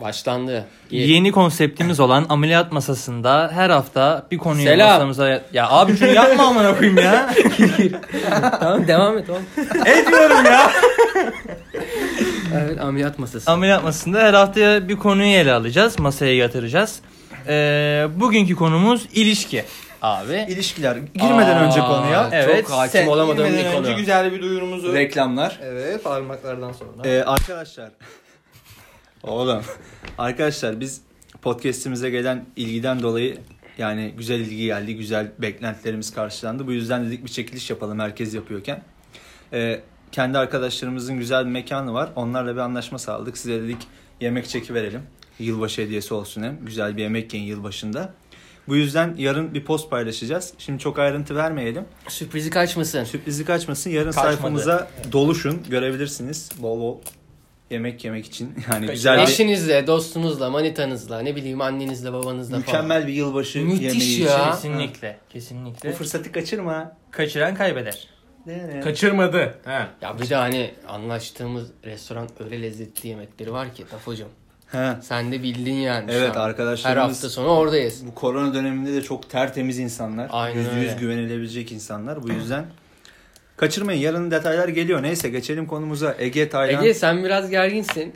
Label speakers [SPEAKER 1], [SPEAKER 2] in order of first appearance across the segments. [SPEAKER 1] Başlandı. Ye-
[SPEAKER 2] Yeni konseptimiz olan ameliyat masasında her hafta bir konuyu
[SPEAKER 1] Selam.
[SPEAKER 2] masamıza... Ya abi şunu yapma amına koyayım ya.
[SPEAKER 1] tamam devam et oğlum.
[SPEAKER 2] Etmiyorum ya.
[SPEAKER 1] Evet ameliyat masası.
[SPEAKER 2] Ameliyat masasında her hafta bir konuyu ele alacağız. Masaya yatıracağız. Ee, bugünkü konumuz ilişki abi.
[SPEAKER 3] İlişkiler. Girmeden
[SPEAKER 1] Aa,
[SPEAKER 3] önce konuya.
[SPEAKER 2] evet,
[SPEAKER 1] Çok hakim
[SPEAKER 2] sen
[SPEAKER 1] olamadığım bir
[SPEAKER 3] Girmeden
[SPEAKER 1] konu.
[SPEAKER 3] önce güzel bir duyurumuzu.
[SPEAKER 4] Reklamlar.
[SPEAKER 3] Evet parmaklardan sonra.
[SPEAKER 4] Ee, arkadaşlar. Oğlum. Arkadaşlar biz podcast'imize gelen ilgiden dolayı yani güzel ilgi geldi. Güzel beklentilerimiz karşılandı. Bu yüzden dedik bir çekiliş yapalım herkes yapıyorken. Ee, kendi arkadaşlarımızın güzel bir mekanı var. Onlarla bir anlaşma sağladık. Size dedik yemek çeki verelim. Yılbaşı hediyesi olsun hem. Güzel bir yemek yiyin yılbaşında. Bu yüzden yarın bir post paylaşacağız. Şimdi çok ayrıntı vermeyelim.
[SPEAKER 1] Sürprizi kaçmasın.
[SPEAKER 4] Sürprizi kaçmasın. Yarın
[SPEAKER 2] Kaçmadı.
[SPEAKER 4] sayfamıza doluşun. Görebilirsiniz. Bol bol yemek yemek için. Yani güzel bir,
[SPEAKER 1] Eşinizle, dostunuzla, manitanızla, ne bileyim annenizle, babanızla falan.
[SPEAKER 4] mükemmel bir yılbaşı
[SPEAKER 1] Müthiş
[SPEAKER 4] yemeği
[SPEAKER 1] ya.
[SPEAKER 4] için.
[SPEAKER 2] Kesinlikle. Kesinlikle.
[SPEAKER 4] Bu fırsatı kaçırma.
[SPEAKER 2] Kaçıran kaybeder.
[SPEAKER 5] Kaçırmadı. He.
[SPEAKER 1] Ya bir de hani anlaştığımız restoran öyle lezzetli yemekleri var ki Tafocuğum.
[SPEAKER 4] He.
[SPEAKER 1] Sen de bildin yani şu
[SPEAKER 4] Evet
[SPEAKER 1] an. Her
[SPEAKER 4] arkadaşlarımız
[SPEAKER 1] hafta sonu oradayız.
[SPEAKER 4] bu korona döneminde de çok tertemiz insanlar.
[SPEAKER 1] Aynen
[SPEAKER 4] %100
[SPEAKER 1] öyle.
[SPEAKER 4] güvenilebilecek insanlar. Bu yüzden kaçırmayın. Yarın detaylar geliyor. Neyse geçelim konumuza. Ege Taylan.
[SPEAKER 1] Ege sen biraz gerginsin.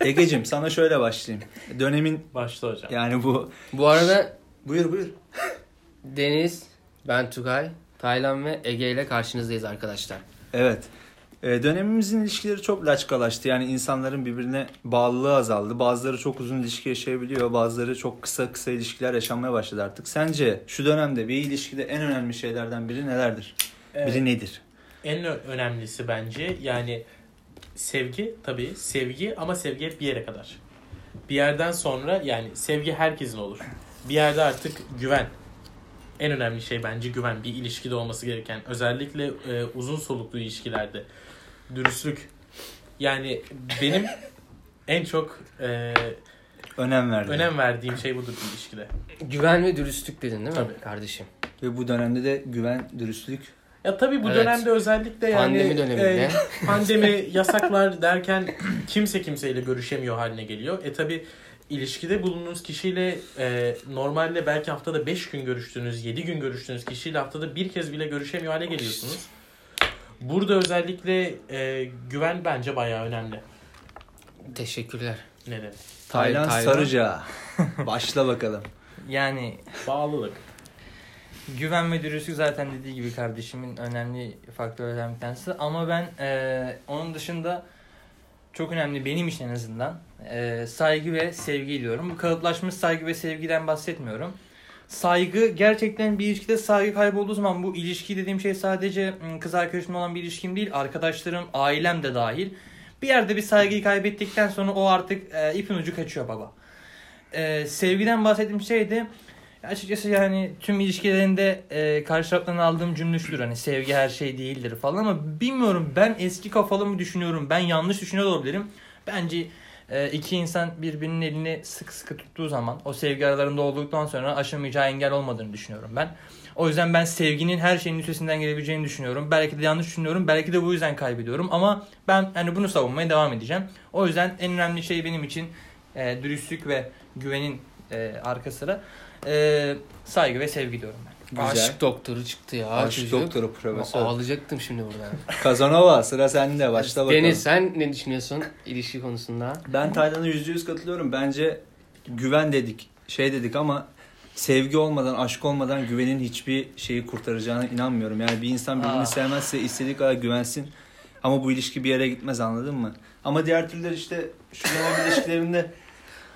[SPEAKER 4] Ege'cim sana şöyle başlayayım. Dönemin
[SPEAKER 2] Başla hocam.
[SPEAKER 4] yani bu.
[SPEAKER 1] Bu arada
[SPEAKER 4] Buyur buyur.
[SPEAKER 1] Deniz, ben Tugay, Taylan ve Ege ile karşınızdayız arkadaşlar.
[SPEAKER 4] Evet. Ee, dönemimizin ilişkileri çok laçkalaştı. Yani insanların birbirine bağlılığı azaldı. Bazıları çok uzun ilişki yaşayabiliyor. Bazıları çok kısa kısa ilişkiler yaşamaya başladı artık. Sence şu dönemde bir ilişkide en önemli şeylerden biri nelerdir? Biri nedir?
[SPEAKER 6] Ee, En ö- önemlisi bence yani sevgi tabii sevgi ama sevgi hep bir yere kadar. Bir yerden sonra yani sevgi herkesin olur. Bir yerde artık güven. En önemli şey bence güven. Bir ilişkide olması gereken özellikle e, uzun soluklu ilişkilerde dürüstlük. Yani benim en çok e,
[SPEAKER 4] Önem verdi.
[SPEAKER 6] önem verdiğim şey budur ilişkide.
[SPEAKER 1] Güven ve dürüstlük dedin değil mi
[SPEAKER 6] Tabii.
[SPEAKER 1] kardeşim?
[SPEAKER 4] Ve bu dönemde de güven, dürüstlük.
[SPEAKER 6] Ya tabii bu
[SPEAKER 1] Evet.
[SPEAKER 6] dönemde özellikle yani
[SPEAKER 1] Pandemi döneminde.
[SPEAKER 6] e, pandemi yasaklar derken kimse kimseyle görüşemiyor haline geliyor. E tabi ilişkide bulunduğunuz kişiyle e, normalde belki haftada 5 gün görüştüğünüz, 7 gün görüştüğünüz kişiyle haftada bir kez bile görüşemiyor hale geliyorsunuz. Burada özellikle e, güven bence bayağı önemli.
[SPEAKER 1] Teşekkürler.
[SPEAKER 6] Ne demek?
[SPEAKER 1] Tay-
[SPEAKER 4] Taylan
[SPEAKER 1] Taylan.
[SPEAKER 4] Sarıca. Başla bakalım.
[SPEAKER 2] Yani
[SPEAKER 6] Bağlılık.
[SPEAKER 2] Güven ve dürüstlük zaten dediği gibi kardeşimin önemli faktörlerden bir tanesi. Ama ben eee, onun dışında çok önemli benim için en azından eee, saygı ve sevgi diyorum. Bu kalıplaşmış saygı ve sevgiden bahsetmiyorum. Saygı gerçekten bir ilişkide saygı kaybolduğu zaman bu ilişki dediğim şey sadece ım, kız arkadaşımla olan bir ilişkim değil. Arkadaşlarım, ailem de dahil. Bir yerde bir saygıyı kaybettikten sonra o artık eee, ipin ucu kaçıyor baba. Eee, sevgiden bahsettiğim şey de Açıkçası yani tüm ilişkilerinde e, karşı taraftan aldığım cümle şudur hani sevgi her şey değildir falan ama bilmiyorum ben eski kafalı mı düşünüyorum ben yanlış düşünüyor da olabilirim. Bence e, iki insan birbirinin elini sıkı sıkı tuttuğu zaman o sevgi aralarında olduktan sonra aşamayacağı engel olmadığını düşünüyorum ben. O yüzden ben sevginin her şeyin üstesinden gelebileceğini düşünüyorum. Belki de yanlış düşünüyorum. Belki de bu yüzden kaybediyorum. Ama ben hani bunu savunmaya devam edeceğim. O yüzden en önemli şey benim için e, dürüstlük ve güvenin e, arka sıra. Ee, saygı ve sevgi diyorum ben.
[SPEAKER 4] Güzel.
[SPEAKER 1] Aşk doktoru çıktı ya
[SPEAKER 4] Aşk
[SPEAKER 1] çocuk.
[SPEAKER 4] doktoru profesör.
[SPEAKER 1] Ağlayacaktım şimdi buradan.
[SPEAKER 4] Kazanova sıra sende. Başla bakalım.
[SPEAKER 1] Deniz sen ne düşünüyorsun ilişki konusunda?
[SPEAKER 4] Ben Taylan'a yüzde yüz katılıyorum. Bence güven dedik, şey dedik ama sevgi olmadan, aşk olmadan güvenin hiçbir şeyi kurtaracağına inanmıyorum. Yani bir insan birbirini
[SPEAKER 2] Ah.
[SPEAKER 4] sevmezse istediği kadar güvensin. Ama bu ilişki bir yere gitmez anladın mı? Ama diğer türlü işte şu dönem ilişkilerinde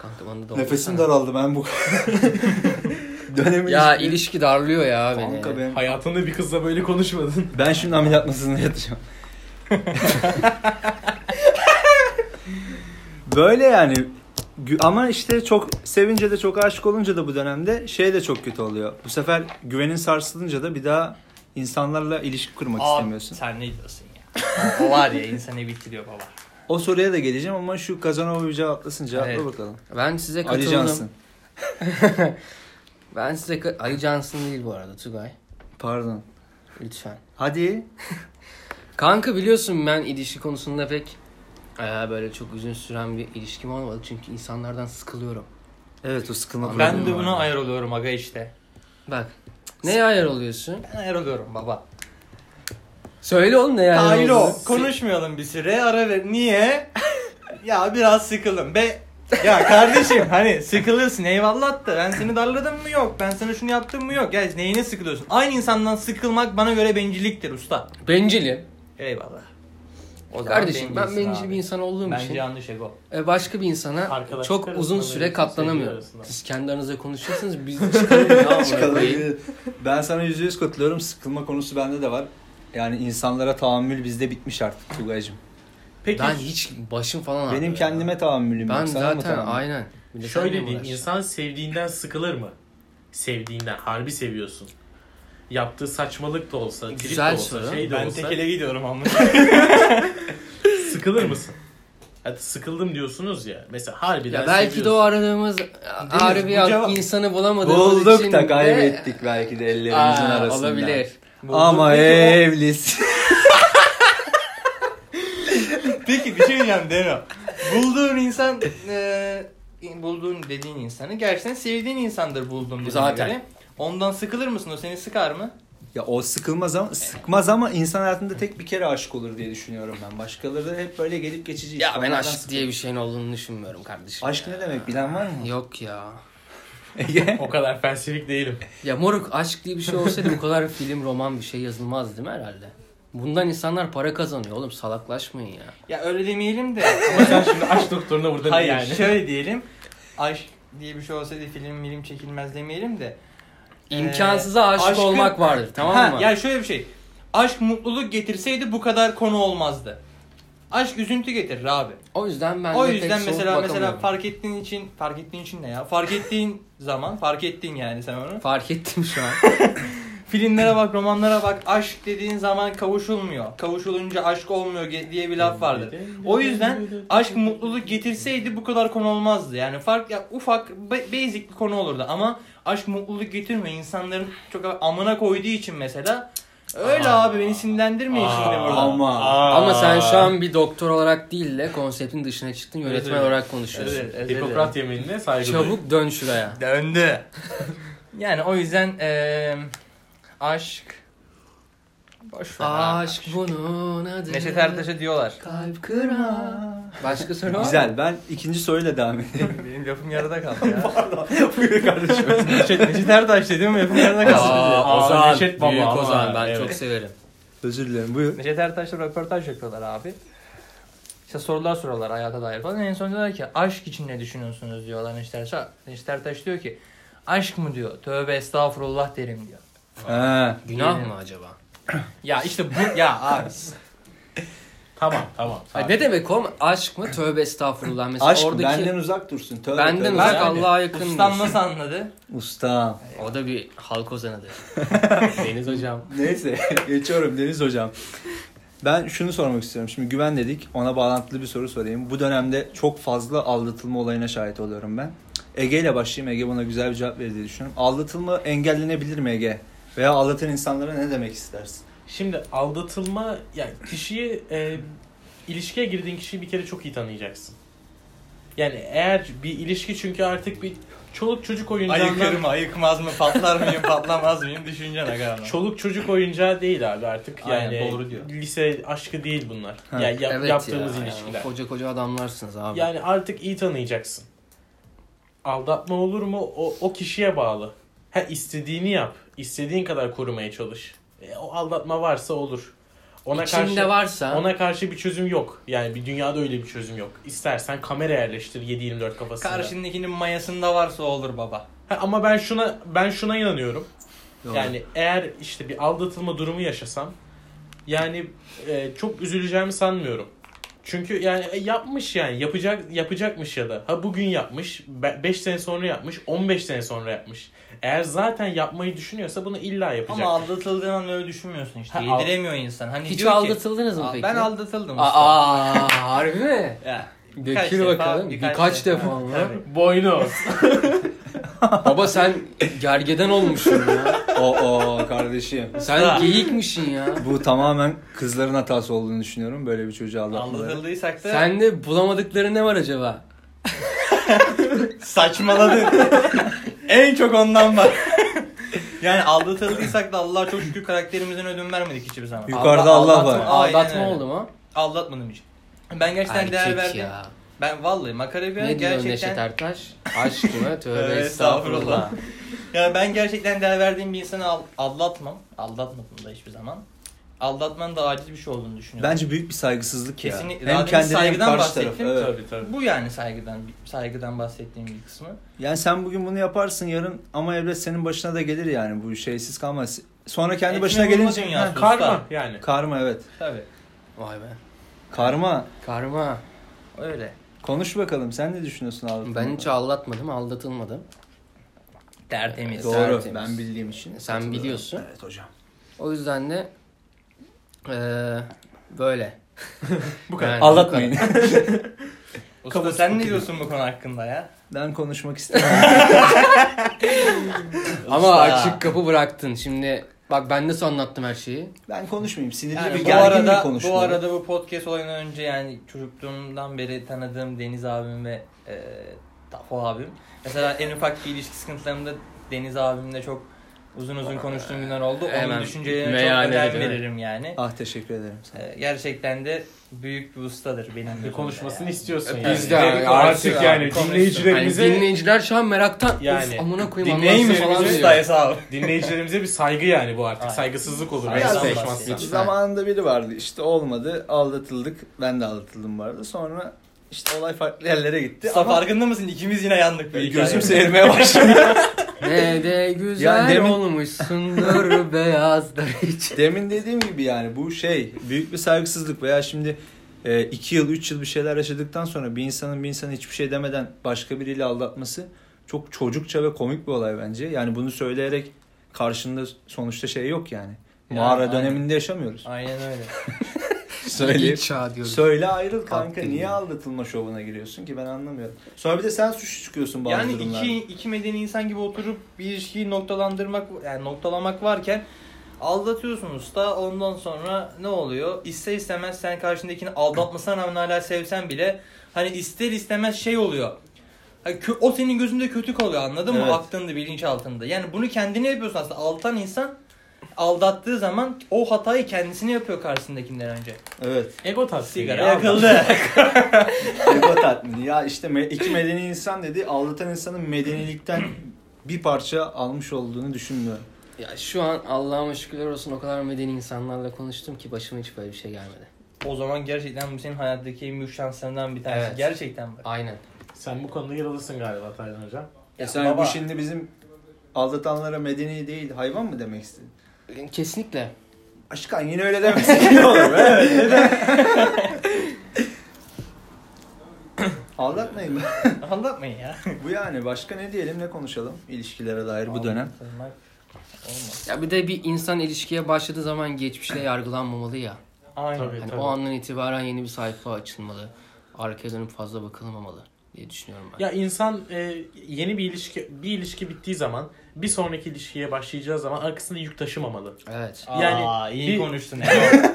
[SPEAKER 1] Kanka bana da oldu
[SPEAKER 4] nefesim
[SPEAKER 1] sana.
[SPEAKER 4] daraldı ben bu dönem
[SPEAKER 1] Ya
[SPEAKER 4] ilişkileri-
[SPEAKER 1] ilişki darlıyor ya beni.
[SPEAKER 4] Kanka ben,
[SPEAKER 6] Hayatında bir kızla böyle konuşmadın.
[SPEAKER 4] ben şimdi ameliyat masasına yatacağım. Böyle yani Gü- ama işte çok sevince de çok aşık olunca da bu dönemde şey de çok kötü oluyor. Bu sefer güvenin sarsılınca da bir daha insanlarla ilişki kurmak istemiyorsun.
[SPEAKER 2] Sen ne diyorsun ya? o var ya insanı bitiriyor baba.
[SPEAKER 4] O soruya da geleceğim ama şu Kazanova bir cevaplasın. Cevapla
[SPEAKER 2] Evet.
[SPEAKER 4] bakalım.
[SPEAKER 1] Ben size
[SPEAKER 4] Ali
[SPEAKER 1] katıldım.
[SPEAKER 4] Cansın.
[SPEAKER 1] Ben size ka- Ali Johnson değil bu arada Tugay.
[SPEAKER 4] Pardon.
[SPEAKER 1] Lütfen.
[SPEAKER 4] Hadi.
[SPEAKER 1] Kanka biliyorsun ben ilişki konusunda pek Ee, böyle çok uzun süren bir ilişkim olmadı çünkü insanlardan sıkılıyorum.
[SPEAKER 4] Evet o sıkılma
[SPEAKER 2] Ben
[SPEAKER 4] problemi
[SPEAKER 2] de
[SPEAKER 4] var.
[SPEAKER 2] buna ayar oluyorum aga işte.
[SPEAKER 1] Bak neye ayar oluyorsun?
[SPEAKER 2] Ben ayar oluyorum baba.
[SPEAKER 1] Söyle oğlum neye ayar
[SPEAKER 2] Hayır
[SPEAKER 1] oluyorsun?
[SPEAKER 2] o. Konuşmayalım bir süre ara ver. Niye? ya biraz sıkıldım. Be ya kardeşim hani sıkılırsın eyvallah da ben seni darladım mı yok ben sana şunu yaptım mı yok ya neyine sıkılıyorsun aynı insandan sıkılmak bana göre bencilliktir usta
[SPEAKER 1] Bencilim.
[SPEAKER 2] eyvallah o zaman
[SPEAKER 1] Kardeşim ben
[SPEAKER 2] bencilsin
[SPEAKER 1] bencil
[SPEAKER 2] abi.
[SPEAKER 1] bir insan olduğum
[SPEAKER 2] bence
[SPEAKER 1] için
[SPEAKER 2] yanlış ego
[SPEAKER 1] e, başka bir insana
[SPEAKER 6] Arkadaşlar
[SPEAKER 1] çok uzun
[SPEAKER 6] arasında
[SPEAKER 1] süre
[SPEAKER 6] böyle sevgili
[SPEAKER 1] katlanamıyorum.
[SPEAKER 6] arasında.
[SPEAKER 1] Siz kendi aranızda konuşuyorsunuz biz çıkalım ya. burayı.
[SPEAKER 4] Çıkalım. Ee, ben sana yüzde yüz katılıyorum. Sıkılma konusu bende de var. Yani insanlara tahammül bizde bitmiş artık Tugay'cığım.
[SPEAKER 6] Peki
[SPEAKER 1] Ben hiç başım falan ağrıyor
[SPEAKER 4] Benim
[SPEAKER 1] ya.
[SPEAKER 4] kendime tahammülüm
[SPEAKER 1] Ben
[SPEAKER 4] yok. Sana mı
[SPEAKER 1] zaten
[SPEAKER 4] tahammül?
[SPEAKER 1] aynen. Bir de
[SPEAKER 6] şöyle
[SPEAKER 1] seninle
[SPEAKER 6] diyeyim
[SPEAKER 1] uğraş.
[SPEAKER 6] insan sevdiğinden sıkılır mı? Sevdiğinden harbi seviyorsun. Yaptığı saçmalık da olsa, trip
[SPEAKER 1] Güzel
[SPEAKER 6] de olsa,
[SPEAKER 1] soru.
[SPEAKER 6] şey de
[SPEAKER 2] ben
[SPEAKER 6] olsa
[SPEAKER 2] tekele gidiyorum ama
[SPEAKER 6] sıkılır mısın? Hadi sıkıldım diyorsunuz ya. Mesela harbiden
[SPEAKER 1] Ya belki de o aradığımız ağrı
[SPEAKER 2] bu cevap-
[SPEAKER 1] bir insanı bulamadığımız için
[SPEAKER 4] Bulduk da
[SPEAKER 1] de-
[SPEAKER 4] kaybettik belki de ellerimizin
[SPEAKER 1] Aa,
[SPEAKER 4] arasında.
[SPEAKER 1] Olabilir.
[SPEAKER 4] Ama
[SPEAKER 2] Peki o-
[SPEAKER 4] evlisin.
[SPEAKER 2] Peki bir şey diyeceğim Deno. Bulduğun insan eee, bulduğun dediğin insanı gerçekten sevdiğin insandır bulduğun dediğine
[SPEAKER 1] Zaten.
[SPEAKER 2] göre. Ondan sıkılır mısın? O seni sıkar mı?
[SPEAKER 4] ya o sıkılmaz ama sıkmaz ama insan hayatında tek bir kere aşık olur diye düşünüyorum ben. Başkaları hep böyle gelip geçici.
[SPEAKER 1] Ya ben
[SPEAKER 4] insanlardan
[SPEAKER 1] aşk
[SPEAKER 4] sıkıldım.
[SPEAKER 1] diye bir şeyin olduğunu düşünmüyorum kardeşim.
[SPEAKER 4] Aşk ne demek bilen var mı?
[SPEAKER 1] Yok ya.
[SPEAKER 4] Ege?
[SPEAKER 6] O kadar felsefik değilim.
[SPEAKER 1] Ya moruk aşk diye bir şey olsaydı bu kadar film, roman bir şey yazılmaz değil mi herhalde? Bundan insanlar para kazanıyor oğlum salaklaşmayın ya.
[SPEAKER 2] Ya öyle demeyelim de.
[SPEAKER 6] Ama sen şimdi aşk doktoruna burada
[SPEAKER 2] Hayır
[SPEAKER 6] yani.
[SPEAKER 2] şöyle diyelim. Aşk diye bir şey olsaydı film milim çekilmez demeyelim de.
[SPEAKER 1] İmkansıza aşık
[SPEAKER 2] Ee, aşkın-
[SPEAKER 1] olmak vardır tamam
[SPEAKER 2] Ha,
[SPEAKER 1] mı?
[SPEAKER 2] ya şöyle bir şey. Aşk mutluluk getirseydi bu kadar konu olmazdı. Aşk üzüntü getirir abi.
[SPEAKER 1] O yüzden ben
[SPEAKER 2] o
[SPEAKER 1] de
[SPEAKER 2] yüzden
[SPEAKER 1] pek
[SPEAKER 2] mesela mesela
[SPEAKER 1] fark...
[SPEAKER 2] fark ettiğin için fark ettiğin için ne ya? Fark ettiğin zaman fark ettin yani sen onu.
[SPEAKER 1] fark ettim şu an.
[SPEAKER 2] Filmlere bak, romanlara bak. Aşk dediğin zaman kavuşulmuyor. Kavuşulunca aşk olmuyor ge- diye bir laf vardır. O yüzden aşk mutluluk getirseydi bu kadar konu olmazdı. Yani fark ya ufak ba- basic bir konu olurdu ama aşk mutluluk getirmiyor. İnsanların çok amına koyduğu için mesela öyle abi beni sinirlendirmeyin şimdi burada.
[SPEAKER 4] Ama.
[SPEAKER 1] Ama sen şu an bir doktor olarak değil de konseptin dışına çıktın yönetmen
[SPEAKER 6] evet.
[SPEAKER 1] olarak konuşuyorsun.
[SPEAKER 2] Evet, evet, evet.
[SPEAKER 6] Hipokrat yeminine saygı duyuyorum.
[SPEAKER 1] Çabuk dön şuraya.
[SPEAKER 2] Döndü. yani o yüzden eee, aşk boş ver abi.
[SPEAKER 1] Aşk bunun adı.
[SPEAKER 2] Neşet Ertaş'a diyorlar.
[SPEAKER 1] Kalp kıran. Başka soru var mı?
[SPEAKER 4] Güzel ben ikinci soruyla devam edeyim.
[SPEAKER 2] Benim lafım yarıda kaldı ya.
[SPEAKER 4] Buyur kardeşim.
[SPEAKER 2] Neşet, Neşet Ertaş dedim lafım yarıda kaldı.
[SPEAKER 1] Aa,
[SPEAKER 6] Aa,
[SPEAKER 1] Ozan.
[SPEAKER 6] Neşet Baba
[SPEAKER 1] büyük
[SPEAKER 6] ama.
[SPEAKER 1] Ozan. Ben
[SPEAKER 6] Evet.
[SPEAKER 1] çok severim.
[SPEAKER 4] Özür dilerim buyur.
[SPEAKER 2] Neşet Ertaş'la röportaj yapıyorlar abi. İşte sorular soruyorlar hayata dair falan. En son diyorlar ki aşk için ne düşünüyorsunuz diyorlar Neşet Ertaş. Neşet Ertaş diyor ki aşk mı diyor. Tövbe estağfurullah derim diyor.
[SPEAKER 4] Ha.
[SPEAKER 1] Günah
[SPEAKER 2] Yemin.
[SPEAKER 1] mı acaba?
[SPEAKER 2] Ya işte bu ya abi.
[SPEAKER 6] Tamam tamam.
[SPEAKER 1] Ay, ne demek oğlum? Aşk mı? Tövbe estağfurullah. Mesela
[SPEAKER 4] Aşk
[SPEAKER 1] oradaki...
[SPEAKER 4] benden uzak dursun. Tövbe
[SPEAKER 1] Benden
[SPEAKER 4] tövbe.
[SPEAKER 1] uzak
[SPEAKER 2] Yani,
[SPEAKER 1] Allah'a yakın.
[SPEAKER 2] Ustam
[SPEAKER 1] diyorsun.
[SPEAKER 2] nasıl anladı?
[SPEAKER 4] Usta.
[SPEAKER 1] O da bir halk ozanıdır. Deniz hocam.
[SPEAKER 4] Neyse geçiyorum Deniz hocam. Ben şunu sormak istiyorum. Şimdi güven dedik. Ona bağlantılı bir soru sorayım. Bu dönemde çok fazla aldatılma olayına şahit oluyorum ben. Ege ile başlayayım. Ege buna güzel bir cevap verir diye düşünüyorum. Aldatılma engellenebilir mi Ege? Veya aldatan insanlara ne demek istersin?
[SPEAKER 6] Şimdi aldatılma yani kişiyi e, ilişkiye girdiğin kişiyi bir kere çok iyi tanıyacaksın. Yani eğer bir ilişki çünkü artık bir çoluk çocuk oyuncağından
[SPEAKER 2] Ayıkır mı ayıkmaz mı patlar mıyım patlamaz mıyım düşüncen aga.
[SPEAKER 6] çoluk çocuk oyuncağı değil abi artık
[SPEAKER 2] Aynen,
[SPEAKER 6] yani
[SPEAKER 2] doğru diyor.
[SPEAKER 6] lise aşkı değil bunlar.
[SPEAKER 4] Ha.
[SPEAKER 6] Yani yap-
[SPEAKER 1] evet
[SPEAKER 6] yaptığımız
[SPEAKER 1] ya,
[SPEAKER 6] ilişkiler.
[SPEAKER 1] Yani, koca koca adamlarsınız abi.
[SPEAKER 6] Yani artık iyi tanıyacaksın. Aldatma olur mu? O, o kişiye bağlı. Ha istediğini yap. İstediğin kadar korumaya çalış. E, o aldatma varsa olur. Ona
[SPEAKER 1] İçinde
[SPEAKER 6] karşı
[SPEAKER 1] varsa
[SPEAKER 6] ona karşı bir çözüm yok. Yani bir dünyada öyle bir çözüm yok. İstersen kamera yerleştir 7/24 kafasında.
[SPEAKER 2] Karşındakinin mayasında varsa olur baba.
[SPEAKER 6] Ha, ama ben şuna ben şuna inanıyorum.
[SPEAKER 4] Doğru.
[SPEAKER 6] Yani eğer işte bir aldatılma durumu yaşasam yani e, çok üzüleceğimi sanmıyorum. Çünkü yani e, yapmış yani yapacak yapacakmış ya da ha bugün yapmış 5 sene sonra yapmış 15 sene sonra yapmış. Eğer zaten yapmayı düşünüyorsa bunu illa yapacak.
[SPEAKER 2] Ama aldatıldığın an öyle düşünmüyorsun işte.
[SPEAKER 6] Ha, al-
[SPEAKER 2] Yediremiyor insan. Hani
[SPEAKER 1] hiç
[SPEAKER 2] diyor ki,
[SPEAKER 1] aldatıldınız mı
[SPEAKER 2] "Aa,
[SPEAKER 1] peki?
[SPEAKER 2] Ben aldatıldım. usta."
[SPEAKER 1] Aa, harbi mi?
[SPEAKER 2] Ya. Birkaç
[SPEAKER 1] Dökül
[SPEAKER 2] defa,
[SPEAKER 1] bakalım.
[SPEAKER 2] birkaç
[SPEAKER 1] Birkaç,
[SPEAKER 2] defa.
[SPEAKER 1] defa mı?
[SPEAKER 2] Tabii.
[SPEAKER 6] Boynu.
[SPEAKER 1] Baba sen gergeden olmuşsun ya.
[SPEAKER 4] O o kardeşim.
[SPEAKER 1] Sen geyikmişsin ya.
[SPEAKER 4] Bu tamamen kızların hatası olduğunu düşünüyorum. Böyle bir çocuğu aldatmaları.
[SPEAKER 7] Anlatıldıysak da
[SPEAKER 1] Sen de bulamadıkları ne var acaba?
[SPEAKER 2] Saçmaladın. en çok ondan var. yani aldatıldıysak da Allah'a çok şükür karakterimizden ödün vermedik hiçbir zaman.
[SPEAKER 4] Yuh. Yukarıda Allah
[SPEAKER 1] aldatma-
[SPEAKER 4] var.
[SPEAKER 1] Aldatma
[SPEAKER 2] Aynen öyle.
[SPEAKER 1] oldu mu?
[SPEAKER 2] Aldatmadım hiç. Ben gerçekten değer
[SPEAKER 1] Erkek
[SPEAKER 2] verdim.
[SPEAKER 1] ya.
[SPEAKER 2] Ben vallahi makaraya
[SPEAKER 1] Ne diyor Neşet
[SPEAKER 2] gerçekten
[SPEAKER 1] Ertaş? Aşkına tövbe estağfurullah.
[SPEAKER 2] Evet, estağfurullah. ya ben gerçekten değer verdiğim bir insanı al- aldatmam. Aldatmadım da hiçbir zaman. Aldatmanın da acil bir şey olduğunu düşünüyorum.
[SPEAKER 4] Bence büyük bir saygısızlık ya.
[SPEAKER 2] Kesinlikle.
[SPEAKER 4] Hem
[SPEAKER 2] Daha demin
[SPEAKER 4] kendine hem
[SPEAKER 2] saygıdan
[SPEAKER 4] karşı tarafı.
[SPEAKER 2] bahsettim.
[SPEAKER 4] Evet.
[SPEAKER 6] Tabii tabii.
[SPEAKER 2] bu yani saygıdan saygıdan bahsettiğim bir kısmı.
[SPEAKER 4] Yani sen bugün bunu yaparsın yarın ama evlat senin başına da gelir yani bu şeysiz kalmaz. Sonra kendi
[SPEAKER 2] Etini
[SPEAKER 4] başına
[SPEAKER 2] bulma
[SPEAKER 4] gelince
[SPEAKER 2] dünyası
[SPEAKER 4] Ha,
[SPEAKER 2] usta.
[SPEAKER 6] Karma yani.
[SPEAKER 4] karma evet.
[SPEAKER 2] Tabii.
[SPEAKER 1] Vay be.
[SPEAKER 4] Karma.
[SPEAKER 1] Karma.
[SPEAKER 2] Öyle.
[SPEAKER 4] Konuş bakalım sen ne düşünüyorsun abi?
[SPEAKER 1] Ben hiç aldatmadım, aldatılmadım.
[SPEAKER 2] Tertemiz.
[SPEAKER 4] Doğru.
[SPEAKER 1] Tertemiz.
[SPEAKER 4] Ben bildiğim için.
[SPEAKER 1] Sen biliyorsun.
[SPEAKER 4] Evet hocam.
[SPEAKER 1] O yüzden de eee, böyle. bu kadar.
[SPEAKER 4] Aldatmayın.
[SPEAKER 2] Usta sen ne diyorsun bu konu hakkında ya?
[SPEAKER 4] ben konuşmak istemem.
[SPEAKER 1] Ama
[SPEAKER 2] Usta.
[SPEAKER 1] açık kapı bıraktın. Şimdi bak ben nasıl anlattım her şeyi.
[SPEAKER 4] ben konuşmayayım. Sinirli
[SPEAKER 2] Yani
[SPEAKER 4] bir
[SPEAKER 2] bu
[SPEAKER 4] gergin bir
[SPEAKER 2] arada
[SPEAKER 4] konuşma.
[SPEAKER 2] bu arada bu podcast olayından önce yani çocukluğumdan beri tanıdığım Deniz abim ve e, Tafo abim. Mesela en ufak bir ilişki sıkıntılarımda Deniz abimle çok uzun uzun konuştuğum günler oldu.
[SPEAKER 1] Hemen
[SPEAKER 2] Onun düşüncelerine çok
[SPEAKER 1] meyhanede
[SPEAKER 2] önem
[SPEAKER 1] değil mi?
[SPEAKER 2] veririm yani.
[SPEAKER 4] Ah teşekkür ederim. sana.
[SPEAKER 2] E, gerçekten de büyük bir ustadır benim gözümde
[SPEAKER 6] Bir konuşmasını
[SPEAKER 2] yani.
[SPEAKER 6] istiyorsun yani.
[SPEAKER 1] Biz de yani artık
[SPEAKER 5] Artık yani
[SPEAKER 2] Konuşsun.
[SPEAKER 1] yani
[SPEAKER 5] dinleyicilerimize
[SPEAKER 1] dinleyiciler şu an meraktan yani,
[SPEAKER 6] Yani,
[SPEAKER 1] amına koyayım
[SPEAKER 6] dinleyimiz
[SPEAKER 1] anlatsın
[SPEAKER 2] Neymiş
[SPEAKER 1] falan
[SPEAKER 6] bizi
[SPEAKER 1] diyor.
[SPEAKER 2] usta sağ ol.
[SPEAKER 6] Dinleyicilerimize bir saygı yani bu artık.
[SPEAKER 2] Aynen.
[SPEAKER 6] Saygısızlık olur.
[SPEAKER 2] Aynen.
[SPEAKER 6] Aynen.
[SPEAKER 2] Aynen.
[SPEAKER 6] Saçmazsa.
[SPEAKER 1] Lütfen.
[SPEAKER 4] Zamanında biri vardı işte olmadı aldatıldık ben de aldatıldım bu arada sonra işte olay farklı yerlere gitti
[SPEAKER 2] Usta
[SPEAKER 4] ama
[SPEAKER 2] farkında mısın? İkimiz yine yandık bir
[SPEAKER 4] gözüm seyirmeye başladı.
[SPEAKER 1] Ne de güzel
[SPEAKER 4] Ya demin-
[SPEAKER 1] olmuşsundur beyazlar için.
[SPEAKER 4] Demin dediğim gibi yani bu şey büyük bir saygısızlık veya şimdi 2 yıl 3 yıl bir şeyler yaşadıktan sonra bir insanın bir insana hiçbir şey demeden başka biriyle aldatması çok çocukça ve komik bir olay bence. Yani bunu söyleyerek karşında sonuçta şey yok yani.
[SPEAKER 2] Yani
[SPEAKER 4] Mağara
[SPEAKER 2] aynen.
[SPEAKER 4] döneminde yaşamıyoruz.
[SPEAKER 2] Aynen öyle.
[SPEAKER 4] Söyleyip
[SPEAKER 1] çağ diyoruz.
[SPEAKER 4] Söyle ayrıl kanka
[SPEAKER 1] Kalktı
[SPEAKER 4] niye
[SPEAKER 1] gibi.
[SPEAKER 4] aldatılma şovuna giriyorsun ki ben anlamıyorum. Sonra bir de sen suçlu çıkıyorsun bazı
[SPEAKER 2] yani
[SPEAKER 4] durumlarda.
[SPEAKER 2] iki, iki medeni insan gibi oturup bir ilişkiyi noktalandırmak yani noktalamak varken aldatıyorsunuz da ondan sonra ne oluyor? İster istemez sen karşındakini aldatmasına rağmen hala sevsen bile hani ister istemez şey oluyor. Hani kö- O senin gözünde kötü kalıyor anladın
[SPEAKER 4] Evet.
[SPEAKER 2] mı? Aklında bilinç altında. Yani bunu kendine yapıyorsun aslında. Aldatan insan aldattığı zaman o hatayı kendisine yapıyor karşısındakinden önce.
[SPEAKER 4] Evet.
[SPEAKER 6] Ego tatmini.
[SPEAKER 2] Sigara
[SPEAKER 6] ya.
[SPEAKER 2] yakıldı.
[SPEAKER 4] Ego tatmini. Ya işte me- iki medeni insan dedi. Aldatan insanın medenilikten bir parça almış olduğunu düşünmüyorum.
[SPEAKER 1] Ya şu an Allah'ıma şükürler olsun o kadar medeni insanlarla konuştum ki başıma hiç böyle bir şey gelmedi.
[SPEAKER 2] O zaman gerçekten bu senin hayattaki en büyük şanslarından bir tanesi.
[SPEAKER 1] Evet.
[SPEAKER 2] Gerçekten bak.
[SPEAKER 1] Aynen.
[SPEAKER 6] Sen bu konuda yaralısın galiba Taylan hocam.
[SPEAKER 4] E sen
[SPEAKER 2] baba.
[SPEAKER 4] bu şimdi bizim aldatanlara medeni değil hayvan mı demek istedin?
[SPEAKER 1] Kesinlikle.
[SPEAKER 4] Aşkan yine öyle demesek iyi olur be. Aldatmayın.
[SPEAKER 2] Anlatmayın ya.
[SPEAKER 4] bu yani başka ne diyelim ne konuşalım ilişkilere dair bu dönem.
[SPEAKER 2] Aldatılmak Olmaz.
[SPEAKER 1] Ya bir de bir insan ilişkiye başladığı zaman geçmişle yargılanmamalı ya.
[SPEAKER 2] Aynen.
[SPEAKER 6] Tabii.
[SPEAKER 1] Hani o andan itibaren yeni bir sayfa açılmalı. Arkaya dönüp fazla bakılmamalı diye düşünüyorum ben.
[SPEAKER 6] Ya insan e, yeni bir ilişki bir ilişki bittiği zaman bir sonraki ilişkiye başlayacağı zaman arkasında yük taşımamalı.
[SPEAKER 1] Evet.
[SPEAKER 6] Yani
[SPEAKER 2] Aa, iyi
[SPEAKER 6] bir-
[SPEAKER 2] konuştun. Ego.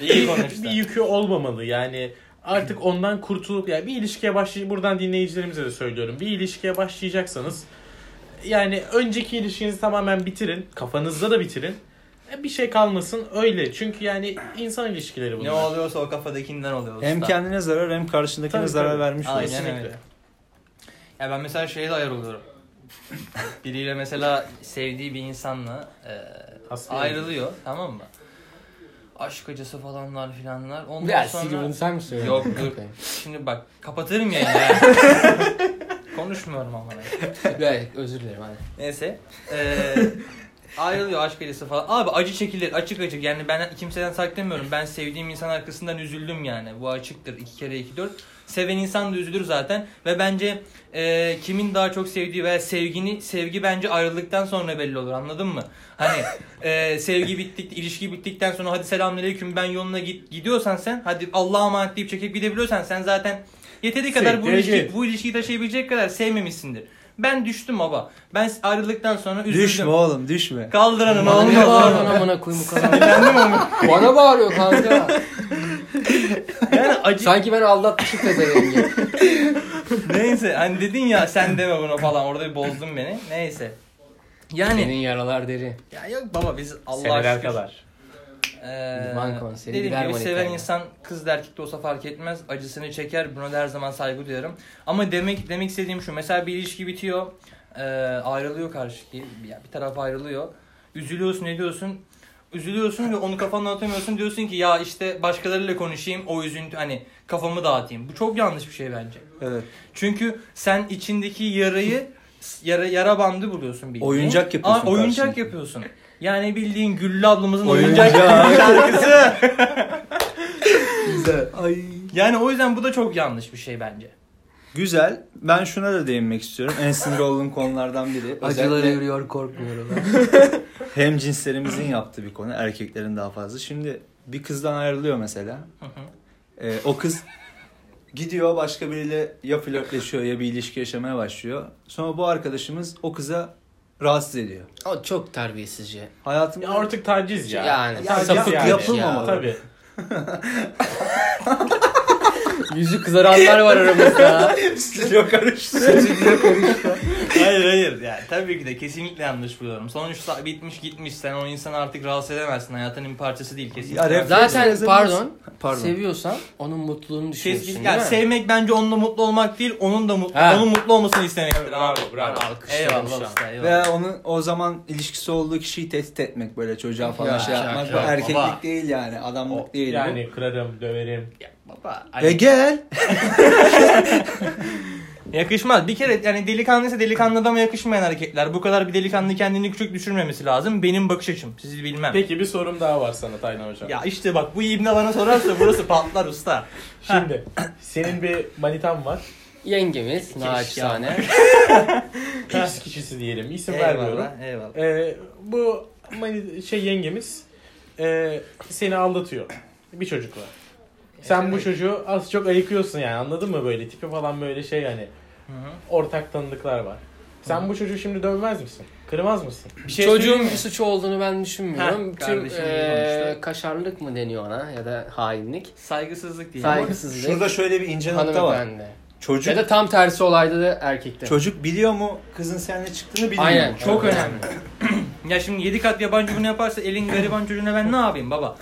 [SPEAKER 2] iyi
[SPEAKER 6] bir
[SPEAKER 2] konuştun.
[SPEAKER 6] yükü olmamalı yani artık ondan kurtulup yani bir ilişkiye başlay buradan dinleyicilerimize de söylüyorum. Bir ilişkiye başlayacaksanız yani önceki ilişkinizi tamamen bitirin. Kafanızda da bitirin. E, Bir şey kalmasın öyle. Çünkü yani insan ilişkileri bunlar.
[SPEAKER 2] ne oluyorsa o kafadakinden oluyor usta.
[SPEAKER 4] Hem kendine zarar hem karşındakine
[SPEAKER 6] Tabii,
[SPEAKER 4] zarar
[SPEAKER 6] tabii.
[SPEAKER 4] vermiş olursun.
[SPEAKER 2] Aynen öyle. Ya ben mesela şeye de ayar oluyorum. Biriyle mesela sevdiği bir insanla e,
[SPEAKER 6] Aslında-
[SPEAKER 2] ayrılıyor tamam mı? Aşk acısı falanlar filanlar. Ondan
[SPEAKER 1] Ya siktir
[SPEAKER 2] sonra
[SPEAKER 1] bunu sen mi söylüyorsun?
[SPEAKER 2] Yok, dur.
[SPEAKER 1] Okey.
[SPEAKER 2] şimdi bak kapatırım ya. ya. Konuşmuyorum ama.
[SPEAKER 1] Ya, özür dilerim hadi.
[SPEAKER 2] Neyse. Ee, ayrılıyor aşk acısı falan. Abi acı çekilir açık açık. Yani ben kimseden saklamıyorum. Ben sevdiğim insan arkasından üzüldüm yani. Bu açıktır. iki kere iki dört. Seven insan da üzülür zaten. Ve bence e, kimin daha çok sevdiği veya sevgini sevgi bence ayrıldıktan sonra belli olur. Anladın mı? Hani e, sevgi bittik, ilişki bittikten sonra hadi selamünaleyküm ben yoluna git gidiyorsan sen hadi Allah'a emanet deyip çekip gidebiliyorsan sen zaten yeteri kadar bu
[SPEAKER 6] Siktir
[SPEAKER 2] ilişki,
[SPEAKER 6] git.
[SPEAKER 2] bu ilişkiyi taşıyabilecek kadar sevmemişsindir. Ben düştüm baba. Ben ayrıldıktan sonra üzüldüm.
[SPEAKER 4] Düşme oğlum düşme.
[SPEAKER 2] Kaldıranın
[SPEAKER 1] Bana ne
[SPEAKER 2] olmaz.
[SPEAKER 1] bağırıyorsun amına koyayım bu kadar? Bana bağırıyor kanka.
[SPEAKER 2] Yani acı
[SPEAKER 1] Sanki ben aldatmışım pezevengini.
[SPEAKER 2] Neyse hani dedin ya sen deme bunu falan orada bir bozdun beni. Neyse. Yani
[SPEAKER 1] Senin yaralar deri.
[SPEAKER 2] ya yok baba biz Allah'a
[SPEAKER 6] Seneler
[SPEAKER 2] şükür.
[SPEAKER 6] kadar.
[SPEAKER 2] Ee,
[SPEAKER 1] Divan konseri,
[SPEAKER 2] dediğim
[SPEAKER 1] gider
[SPEAKER 2] gibi
[SPEAKER 1] Manita'ya.
[SPEAKER 2] seven insan kız da erkek de olsa fark etmez. Acısını çeker. Buna da her zaman saygı duyarım. Ama demek demek istediğim şu. Mesela bir ilişki bitiyor. ee, ayrılıyor karşı bir, ya bir taraf ayrılıyor. Üzülüyorsun ne diyorsun? Üzülüyorsun ve onu kafandan atamıyorsun. Diyorsun ki ya işte başkalarıyla konuşayım. O üzüntü hani kafamı dağıtayım. Bu çok yanlış bir şey bence.
[SPEAKER 4] Evet.
[SPEAKER 2] Çünkü sen içindeki yarayı yara, yara bandı buluyorsun bildiğin.
[SPEAKER 4] Oyuncak yapıyorsun
[SPEAKER 2] Aa, oyuncak
[SPEAKER 4] karşına.
[SPEAKER 2] yapıyorsun. Yani bildiğin Güllü ablamızın oyuncak.
[SPEAKER 4] Oyuncak şarkısı. Güzel. Ay.
[SPEAKER 2] Yani o yüzden bu da çok yanlış bir şey bence.
[SPEAKER 4] Güzel. Ben şuna da değinmek istiyorum. En sinir olduğum konulardan biri.
[SPEAKER 1] Acıları
[SPEAKER 4] Özellikle
[SPEAKER 1] yürüyor korkmuyorum.
[SPEAKER 4] hem cinslerimizin yaptığı bir konu. Erkeklerin daha fazla. Şimdi bir kızdan ayrılıyor mesela. Ee, o kız gidiyor başka biriyle ya flörtleşiyor ya bir ilişki yaşamaya başlıyor. Sonra bu arkadaşımız o kıza rahatsız ediyor.
[SPEAKER 1] o çok terbiyesizce.
[SPEAKER 4] Hayatım
[SPEAKER 6] Ya artık taciz ya.
[SPEAKER 1] Yani,
[SPEAKER 6] Ya
[SPEAKER 1] sapık
[SPEAKER 6] yani.
[SPEAKER 4] yapılmamalı.
[SPEAKER 6] Tabii.
[SPEAKER 1] Yüzü kızaranlar var aramızda.
[SPEAKER 4] stüdyo karıştı.
[SPEAKER 2] hayır hayır yani tabii ki de kesinlikle yanlış buluyorum. Sonuçta bitmiş gitmiş sen o insanı artık rahatsız edemezsin. Hayatının parçası değil kesinlikle.
[SPEAKER 4] Ya ref-
[SPEAKER 1] Zaten pardon,
[SPEAKER 4] Pardon.
[SPEAKER 1] seviyorsan onun mutluluğunu düşünüyorsun
[SPEAKER 2] Kesin,
[SPEAKER 1] şey değil
[SPEAKER 2] yani
[SPEAKER 1] mi?
[SPEAKER 2] sevmek bence onunla mutlu olmak değil, onun da mutlu,
[SPEAKER 1] Ha.
[SPEAKER 2] onun mutlu olmasını istemektir. abi.
[SPEAKER 6] Bravo bravo.
[SPEAKER 1] Alkışlıyorum şu
[SPEAKER 2] Eyvallah
[SPEAKER 1] an.
[SPEAKER 2] usta, eyvallah.
[SPEAKER 4] Veya onun o zaman ilişkisi olduğu kişiyi tehdit etmek böyle çocuğa falan
[SPEAKER 1] Ya,
[SPEAKER 4] şey
[SPEAKER 1] ya,
[SPEAKER 4] yapmak.
[SPEAKER 1] ya,
[SPEAKER 4] Bu
[SPEAKER 1] baba.
[SPEAKER 4] erkeklik değil yani adamlık değil bu.
[SPEAKER 6] Yani kırarım, döverim.
[SPEAKER 1] Baba,
[SPEAKER 4] Ve gel.
[SPEAKER 2] Yakışmaz. Bir kere yani delikanlıysa delikanlı adama yakışmayan hareketler. Bu kadar bir delikanlı kendini küçük düşürmemesi lazım. Benim bakış açım. Sizi bilmem.
[SPEAKER 6] Peki bir sorum daha var sana Taylan Hocam.
[SPEAKER 2] Ya işte bak bu ibne bana sorarsa burası patlar usta.
[SPEAKER 6] Şimdi senin bir manitan var.
[SPEAKER 1] yengemiz naçizane.
[SPEAKER 6] X kişisi diyelim. İsim vermiyorum.
[SPEAKER 2] Eyvallah eyvallah.
[SPEAKER 6] Ee, bu mani- şey yengemiz e, seni aldatıyor bir çocukla. Sen bu çocuğu az çok ayıkıyorsun yani anladın mı böyle tipi falan böyle şey yani ortak tanıdıklar var. Sen bu çocuğu şimdi dövmez misin? Kırmaz mısın? Bir şey
[SPEAKER 1] Çocuğun
[SPEAKER 6] söyleyeyim
[SPEAKER 1] bir
[SPEAKER 6] mi?
[SPEAKER 1] suçu olduğunu ben düşünmüyorum.
[SPEAKER 2] Heh,
[SPEAKER 1] Tüm
[SPEAKER 2] kardeşim
[SPEAKER 1] eee,
[SPEAKER 2] konuştu.
[SPEAKER 1] kaşarlık mı deniyor ona ya da hainlik.
[SPEAKER 2] Saygısızlık değil.
[SPEAKER 1] Saygısızlık.
[SPEAKER 4] Şurada şöyle bir ince nokta var.
[SPEAKER 1] hanımefendi.
[SPEAKER 4] Çocuk
[SPEAKER 1] Ya da tam tersi olayda da erkekte.
[SPEAKER 4] çocuk biliyor mu kızın seninle çıktığını bilmiyor.
[SPEAKER 1] Aynen.
[SPEAKER 4] mu?
[SPEAKER 2] Çok önemli. ya şimdi yedi kat yabancı bunu yaparsa elin gariban çocuğuna ben ne yapayım baba?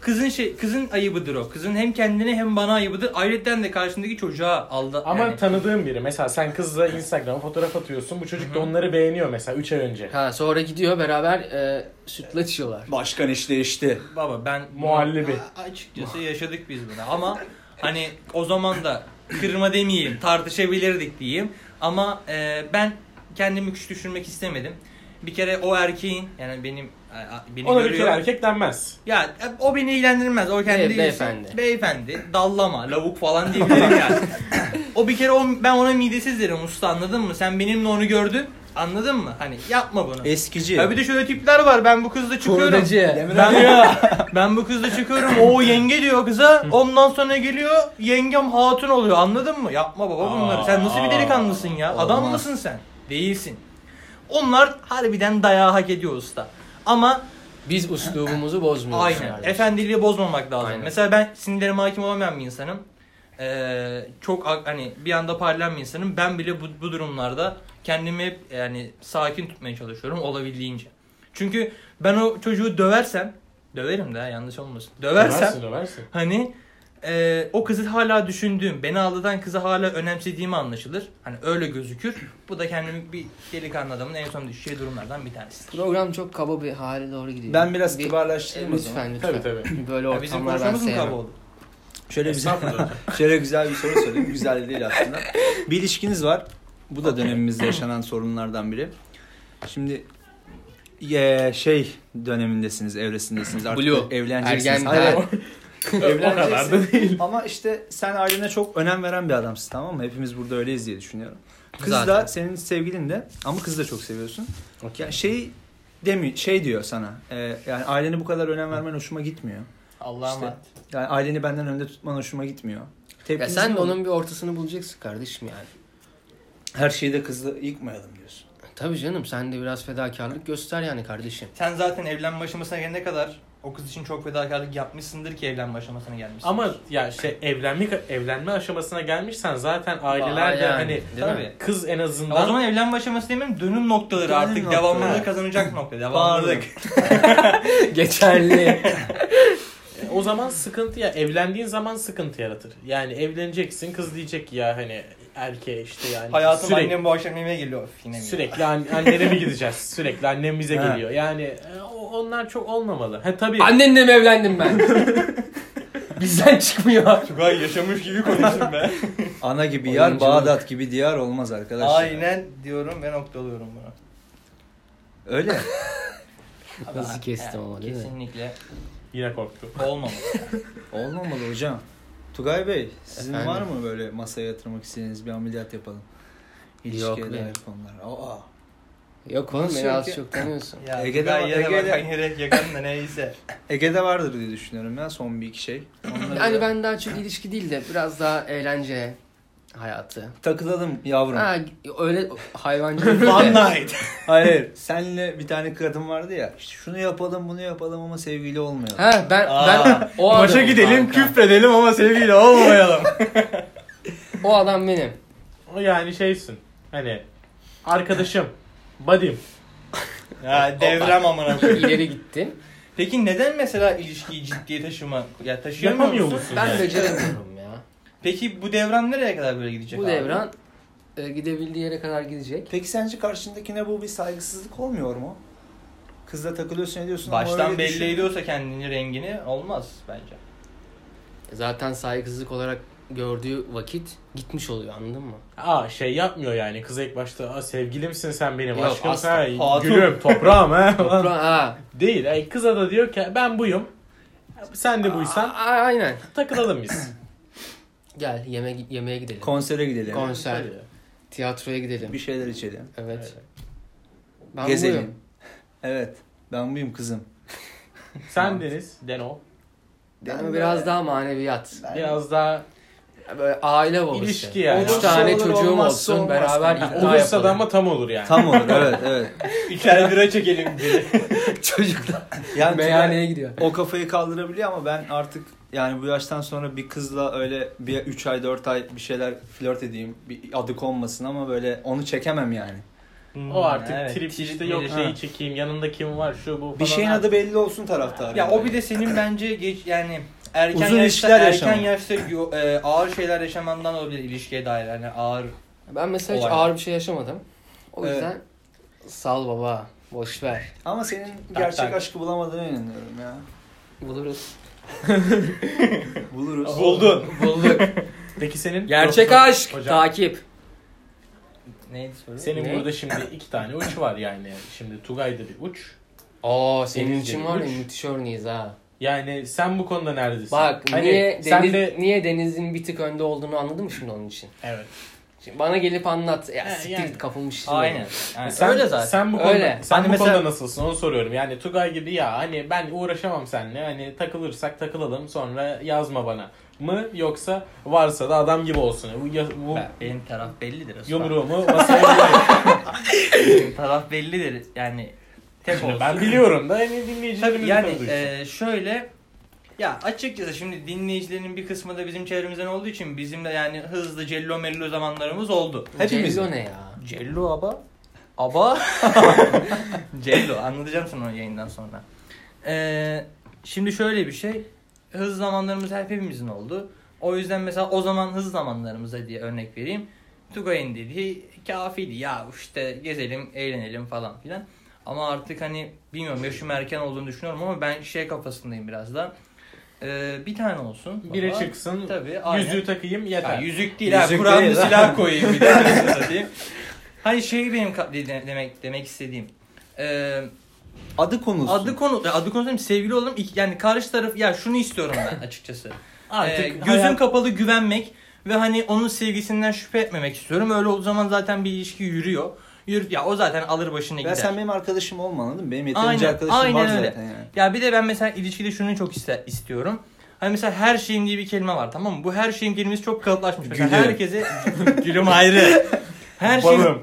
[SPEAKER 2] Kızın şey kızın ayıbıdır o. Kızın hem kendine hem bana ayıbıdır. Ayrıca de karşındaki çocuğa aldı.
[SPEAKER 6] Ama
[SPEAKER 2] yani.
[SPEAKER 6] tanıdığın biri mesela sen kızla Instagram'a fotoğraf atıyorsun bu çocuk da onları beğeniyor mesela 3 ay önce.
[SPEAKER 1] Ha sonra gidiyor beraber eee sütlaç içiyorlar.
[SPEAKER 4] Başkan işte işte.
[SPEAKER 2] Baba ben
[SPEAKER 6] Muhallebi.
[SPEAKER 2] A- Açıkçası yaşadık biz bunu ama hani o zaman da kırma demeyeyim tartışabilirdik diyeyim. Ama e, ben kendimi küçük düşürmek istemedim. Bir kere o erkeğin yani benim e, a- beni
[SPEAKER 6] Ona bir
[SPEAKER 2] görüyor.
[SPEAKER 6] kere erkek denmez.
[SPEAKER 2] Ya e, o beni ilgilendirmez. O kendi
[SPEAKER 1] Be-
[SPEAKER 2] ilgisi-
[SPEAKER 1] beyefendi.
[SPEAKER 2] Beyefendi. Dallama, lavuk falan diyebilirim yani. o bir kere o, ben ona midesiz derim usta anladın mı? Sen benimle onu gördün. Anladın mı? Hani yapma bunu.
[SPEAKER 1] E,
[SPEAKER 4] Eskici.
[SPEAKER 2] Ya bir de şöyle tipler var. Ben bu kızla çıkıyorum.
[SPEAKER 1] Kurdacı.
[SPEAKER 4] Demirel-
[SPEAKER 2] Ben ben bu kızla çıkıyorum. O yenge diyor kıza. Ondan sonra geliyor yengem hatun oluyor. Anladın mı? Yapma baba bunları. Sen nasıl bir delikanlısın ya? Adam
[SPEAKER 4] Olmaz.
[SPEAKER 2] mısın sen? Değilsin. Onlar harbiden dayağı hak ediyor usta. Ama
[SPEAKER 1] Biz uslubumuzu bozmuyoruz.
[SPEAKER 2] aynen.
[SPEAKER 1] herhalde.
[SPEAKER 2] Efendiliği bozmamak lazım.
[SPEAKER 1] Aynen.
[SPEAKER 2] Mesela ben sinirlerime hakim olamayan bir insanım. Ee, çok ak- hani bir anda parlayan bir insanım. Ben bile bu, bu durumlarda kendimi hep yani sakin tutmaya çalışıyorum olabildiğince. Çünkü ben o çocuğu döversem döverim de ha, yanlış olmasın. Döversem
[SPEAKER 6] Döversin döversin.
[SPEAKER 2] Hani e, o kızı hala düşündüğüm, beni aldatan kızı hala önemsediğimi anlaşılır. Hani öyle gözükür. Bu da kendimi bir delikanlı adamın en son düşeceği durumlardan bir tanesi.
[SPEAKER 1] Program çok kaba bir hale doğru gidiyor.
[SPEAKER 4] Ben biraz
[SPEAKER 1] Bir-
[SPEAKER 4] kibarlaştırayım o zaman.
[SPEAKER 1] Lütfen lütfen.
[SPEAKER 6] Tabii,
[SPEAKER 1] Böyle
[SPEAKER 2] Ya bizim
[SPEAKER 1] ortamlar ben
[SPEAKER 2] konuşmamız mı
[SPEAKER 1] sevmem.
[SPEAKER 2] kaba oldu?
[SPEAKER 4] Şöyle güzel,
[SPEAKER 6] Estağfurullah hocam.
[SPEAKER 4] şöyle güzel bir soru sorayım. Güzel de değil aslında. Bir ilişkiniz var. Bu da dönemimizde yaşanan sorunlardan biri. Şimdi ye- şey dönemindesiniz, evresindesiniz. Artık
[SPEAKER 1] Blue.
[SPEAKER 4] evleneceksiniz.
[SPEAKER 1] Ergen-
[SPEAKER 4] Hayır,
[SPEAKER 1] Ha.
[SPEAKER 6] o kadar da değil.
[SPEAKER 4] Ama işte sen ailene çok önem veren bir adamsın tamam mı? Hepimiz burada öyleyiz diye düşünüyorum. Kız
[SPEAKER 1] Zaten.
[SPEAKER 4] da senin sevgilin de ama kızı da çok seviyorsun. Ya şey demi şey diyor sana. e, yani ailene bu kadar önem vermen hoşuma gitmiyor.
[SPEAKER 2] Allah'a
[SPEAKER 4] İşte-
[SPEAKER 2] emanet.
[SPEAKER 4] Yani aileni benden önde tutman hoşuma gitmiyor.
[SPEAKER 1] Ya
[SPEAKER 4] Tepkiniz
[SPEAKER 1] sen
[SPEAKER 4] ne
[SPEAKER 1] de
[SPEAKER 4] olur?
[SPEAKER 1] onun bir ortasını bulacaksın kardeşim yani.
[SPEAKER 4] Her şeyi de kızla yıkmayalım diyorsun.
[SPEAKER 1] Tabii canım sen de biraz fedakarlık göster yani kardeşim.
[SPEAKER 2] Sen zaten evlenme aşamasına gelene kadar o kız için çok fedakarlık yapmışsındır ki evlenme aşamasına gelmişsin.
[SPEAKER 6] Ama ya işte evlenme evlenme aşamasına gelmişsen zaten
[SPEAKER 1] Aa,
[SPEAKER 6] aileler de
[SPEAKER 1] yani,
[SPEAKER 6] hani
[SPEAKER 1] değil mi?
[SPEAKER 2] Tabii.
[SPEAKER 6] kız en
[SPEAKER 2] Ya
[SPEAKER 6] azından
[SPEAKER 2] o zaman evlenme aşaması demiyorum dönüm noktaları
[SPEAKER 4] Dönüm
[SPEAKER 2] artık
[SPEAKER 4] noktaları.
[SPEAKER 2] devamlılığı kazanacak nokta. Devamlılık.
[SPEAKER 4] Bağırdık.
[SPEAKER 1] Geçerli.
[SPEAKER 6] e, o zaman sıkıntı ya evlendiğin zaman sıkıntı yaratır. Yani evleneceksin kız diyecek ki ya hani erkeğe işte yani
[SPEAKER 2] Hayatım
[SPEAKER 6] sürekli
[SPEAKER 2] annem bu akşam yemeğe geliyor. Of, yine mi?
[SPEAKER 6] sürekli an, annene mi gideceğiz? Sürekli annem bize
[SPEAKER 4] Ha.
[SPEAKER 6] geliyor. Yani e, o- onlar çok olmamalı. Ha tabii.
[SPEAKER 1] Annenle mi evlendim ben? Bizden çıkmıyor.
[SPEAKER 2] Tugay yaşamış gibi konuştum ben.
[SPEAKER 4] Ana gibi yer,
[SPEAKER 1] Oyunculuk.
[SPEAKER 4] Bağdat gibi diyar olmaz arkadaşlar.
[SPEAKER 2] Aynen diyorum ve noktalıyorum bunu.
[SPEAKER 4] Öyle.
[SPEAKER 1] Hızlı kestim ama değil mi?
[SPEAKER 2] Kesinlikle
[SPEAKER 6] Yine korktu.
[SPEAKER 2] olmamalı.
[SPEAKER 4] Olmamalı hocam. Tugay Bey, sizin
[SPEAKER 1] Efendim?
[SPEAKER 4] var mı böyle masaya yatırmak istediğiniz bir ameliyat yapalım? İlişkiye
[SPEAKER 1] Yok
[SPEAKER 4] dair
[SPEAKER 1] benim.
[SPEAKER 4] konular. Aa.
[SPEAKER 1] Yok oğlum beni
[SPEAKER 4] Nasıl
[SPEAKER 1] az
[SPEAKER 4] yok ya?
[SPEAKER 1] çok tanıyorsun.
[SPEAKER 2] Ya
[SPEAKER 4] Ege'de-
[SPEAKER 2] Ege'de yere
[SPEAKER 4] Ege'de-
[SPEAKER 2] bakan yere yakan da neyse.
[SPEAKER 4] Ege'de vardır diye düşünüyorum ya son bir iki şey. Onları
[SPEAKER 1] Yani
[SPEAKER 4] da-
[SPEAKER 1] ben daha çok ilişki değil de biraz daha eğlence hayatı.
[SPEAKER 4] Takılalım yavrum.
[SPEAKER 1] Ha, öyle hayvancılık değil de.
[SPEAKER 4] One night. Hayır. Senle bir tane kadın vardı ya. işte şunu yapalım bunu yapalım ama sevgili olmayalım.
[SPEAKER 1] Ha ben
[SPEAKER 2] Aa.
[SPEAKER 1] ben o adam.
[SPEAKER 7] Maça gidelim
[SPEAKER 1] kanka.
[SPEAKER 7] küfredelim ama sevgili olmayalım.
[SPEAKER 1] O adam benim.
[SPEAKER 6] O yani şeysin. Hani arkadaşım, buddy'm.
[SPEAKER 2] ya devrem amına koyayım.
[SPEAKER 1] İleri gittim.
[SPEAKER 2] Peki neden mesela ilişkiyi ciddiye taşıma ya taşıyamıyor
[SPEAKER 6] Yapamıyor
[SPEAKER 2] musun?
[SPEAKER 6] musun?
[SPEAKER 1] Ben
[SPEAKER 6] yani?
[SPEAKER 1] beceremiyorum ya.
[SPEAKER 2] Peki bu devran nereye kadar böyle gidecek
[SPEAKER 1] Bu
[SPEAKER 2] abi?
[SPEAKER 1] devran e, gidebildiği yere kadar gidecek.
[SPEAKER 4] Peki sence karşındakine bu bir saygısızlık olmuyor mu? Kızla takılıyorsun ediyorsun ama
[SPEAKER 2] Baştan
[SPEAKER 4] öyle düşün-
[SPEAKER 2] belli ediyorsa kendini rengini olmaz bence.
[SPEAKER 1] Zaten saygısızlık olarak gördüğü vakit gitmiş oluyor anladın mı?
[SPEAKER 6] Aa şey yapmıyor yani. Kız ilk başta Aa, sevgilimsin sen benim
[SPEAKER 1] Yok,
[SPEAKER 6] aşkım
[SPEAKER 1] asla.
[SPEAKER 6] sen
[SPEAKER 2] Hatun.
[SPEAKER 6] gülüm toprağım ha.
[SPEAKER 1] Toprağı- ha.
[SPEAKER 6] Değil. Yani kıza da diyor ki ben buyum. Sen de
[SPEAKER 1] A-
[SPEAKER 6] buysan
[SPEAKER 1] a- aynen.
[SPEAKER 6] takılalım biz.
[SPEAKER 1] Gel yeme yemeğe gidelim.
[SPEAKER 4] Konsere gidelim.
[SPEAKER 1] Konser,
[SPEAKER 6] Tabii.
[SPEAKER 1] tiyatroya gidelim.
[SPEAKER 4] bir şeyler içelim.
[SPEAKER 1] Evet. Ben
[SPEAKER 4] Gezelim.
[SPEAKER 1] buyum.
[SPEAKER 4] Evet. Ben buyum kızım.
[SPEAKER 6] Sen Deniz, Deno.
[SPEAKER 1] Ben
[SPEAKER 4] Ben
[SPEAKER 1] biraz
[SPEAKER 4] böyle-
[SPEAKER 1] daha maneviyat.
[SPEAKER 6] Biraz daha
[SPEAKER 1] Böyle aile babası.
[SPEAKER 6] İlişki yani.
[SPEAKER 1] Üç
[SPEAKER 6] Olursa
[SPEAKER 1] tane
[SPEAKER 4] olur,
[SPEAKER 1] çocuğum
[SPEAKER 4] olmazsa
[SPEAKER 1] olsun
[SPEAKER 4] olmaz.
[SPEAKER 1] beraber
[SPEAKER 4] Ha,
[SPEAKER 1] iddia
[SPEAKER 6] olursa
[SPEAKER 1] yapalım.
[SPEAKER 6] da ama tam olur yani.
[SPEAKER 4] Tam olur evet evet.
[SPEAKER 2] İçer bira çekelim diye.
[SPEAKER 1] Çocuklar
[SPEAKER 4] Yani
[SPEAKER 1] meyhaneye gidiyor.
[SPEAKER 4] o kafayı kaldırabiliyor ama ben artık yani bu yaştan sonra bir kızla öyle bir 3 ay 4 ay bir şeyler flört edeyim. Bir adı konmasın ama böyle onu çekemem yani.
[SPEAKER 6] O artık
[SPEAKER 2] Hmm, Evet,
[SPEAKER 6] trip işte
[SPEAKER 2] böyle
[SPEAKER 6] yok
[SPEAKER 2] şey.
[SPEAKER 6] şeyi çekeyim yanında kim var şu bu falan.
[SPEAKER 4] Bir şeyin adı belli olsun taraftarı.
[SPEAKER 2] Ya o bir de senin bence geç yani erken
[SPEAKER 4] Uzun
[SPEAKER 2] yaşta
[SPEAKER 4] ilişkiler
[SPEAKER 2] erken
[SPEAKER 4] yaşamak.
[SPEAKER 2] yaşta yo- e, ağır şeyler yaşamandan olabilir ilişkiye dair hani ağır.
[SPEAKER 1] Ben mesela hiç
[SPEAKER 2] Olay.
[SPEAKER 1] ağır bir şey yaşamadım. O
[SPEAKER 4] Evet.
[SPEAKER 1] yüzden sal baba, boş ver.
[SPEAKER 4] Ama senin gerçek
[SPEAKER 6] tak.
[SPEAKER 4] aşkı bulamadığına inanıyorum ya.
[SPEAKER 1] Buluruz.
[SPEAKER 4] Buluruz.
[SPEAKER 2] Buldun.
[SPEAKER 1] Bulduk.
[SPEAKER 6] Peki senin
[SPEAKER 1] Gerçek
[SPEAKER 6] Yok,
[SPEAKER 1] aşk,
[SPEAKER 6] hocam.
[SPEAKER 1] takip.
[SPEAKER 2] Neydi soru?
[SPEAKER 6] Senin
[SPEAKER 1] Ne?
[SPEAKER 6] burada şimdi iki tane uç var yani. Şimdi Tugay'da bir uç.
[SPEAKER 1] Oo senin
[SPEAKER 6] Denizce
[SPEAKER 1] için var ya
[SPEAKER 6] üç.
[SPEAKER 1] müthiş örneğiz ha.
[SPEAKER 6] Yani sen bu konuda neredesin?
[SPEAKER 1] Bak
[SPEAKER 6] Hani
[SPEAKER 1] niye,
[SPEAKER 6] sen
[SPEAKER 1] deniz,
[SPEAKER 6] de
[SPEAKER 1] niye denizin bir tık önde olduğunu anladın mı şimdi onun için?
[SPEAKER 6] evet.
[SPEAKER 1] Şimdi bana gelip anlat. Ya
[SPEAKER 6] He,
[SPEAKER 1] siktir
[SPEAKER 6] yani.
[SPEAKER 1] git kapılmış. işine.
[SPEAKER 2] Aynen. Yani
[SPEAKER 6] E Sen,
[SPEAKER 2] E, öyle zaten.
[SPEAKER 6] Sen bu konuda,
[SPEAKER 1] Öyle.
[SPEAKER 6] Sen
[SPEAKER 2] Hani
[SPEAKER 6] bu
[SPEAKER 2] mesela-
[SPEAKER 6] konuda nasılsın onu soruyorum. Yani Tugay gibi ya hani ben uğraşamam seninle. Hani takılırsak takılalım sonra yazma bana mı yoksa varsa da adam gibi olsun. Bu, ya- bu
[SPEAKER 2] Ben- benim taraf bellidir. Osman.
[SPEAKER 6] yumruğumu masaya vuruyorum.
[SPEAKER 2] Benim taraf bellidir. Yani tek
[SPEAKER 6] Şimdi
[SPEAKER 2] olsun.
[SPEAKER 6] ben biliyorum da hani
[SPEAKER 2] Tabii
[SPEAKER 6] dinleyicilerimiz
[SPEAKER 2] yani
[SPEAKER 6] de duysun.
[SPEAKER 2] e, şöyle ya açıkçası şimdi dinleyicilerin bir kısmı da bizim çevremizden olduğu için bizim de yani hızlı cello mello zamanlarımız oldu.
[SPEAKER 4] Hepimiz.
[SPEAKER 1] Cello ne ya?
[SPEAKER 2] Cello aba. Aba. Cello anlatacağım sana o yayından sonra. Ee, şimdi şöyle bir şey. Hız zamanlarımız hep hepimizin oldu. O yüzden mesela o zaman hız zamanlarımıza diye örnek vereyim. Tugay'ın dediği kafiydi ya işte gezelim eğlenelim falan filan. Ama artık hani bilmiyorum yaşım erken olduğunu düşünüyorum ama ben şey kafasındayım biraz da. Ee, bir tane olsun. baba.
[SPEAKER 6] Biri çıksın
[SPEAKER 2] Tabii, aynen.
[SPEAKER 6] yüzüğü takayım yeter.
[SPEAKER 2] Ya yüzük değil
[SPEAKER 4] Yüzük
[SPEAKER 2] ha. Kur'an'da
[SPEAKER 4] değil lan.
[SPEAKER 2] silah koyayım bir de anasını satayım. Hani şey benim ka- de- de- demek demek istediğim. Ee,
[SPEAKER 4] Adı konusu.
[SPEAKER 2] adı konu ya adı konusu değil mi? sevgili olalım İki- yani karşı taraf ya şunu istiyorum ben açıkçası.
[SPEAKER 6] Artık
[SPEAKER 2] Ee, gözüm
[SPEAKER 6] hayat-
[SPEAKER 2] kapalı güvenmek ve hani onun sevgisinden şüphe etmemek istiyorum. Öyle olduğu zaman zaten bir ilişki yürüyor. Yürü, ya o zaten alır başını gider.
[SPEAKER 4] Ya sen benim arkadaşım olma anladın mı? Benim yeterince
[SPEAKER 2] Aynen,
[SPEAKER 4] arkadaşım
[SPEAKER 2] aynen
[SPEAKER 4] var
[SPEAKER 2] öyle.
[SPEAKER 4] zaten yani.
[SPEAKER 2] Ya bir de ben mesela ilişkide şunu çok iste- istiyorum. Hani mesela her şeyim diye bir kelime var tamam mı? Bu her şeyim kelimesi çok kalıplaşmış. Mesela
[SPEAKER 4] Gülüm.
[SPEAKER 2] herkese gülüm ayrı. Her şey
[SPEAKER 6] Balım.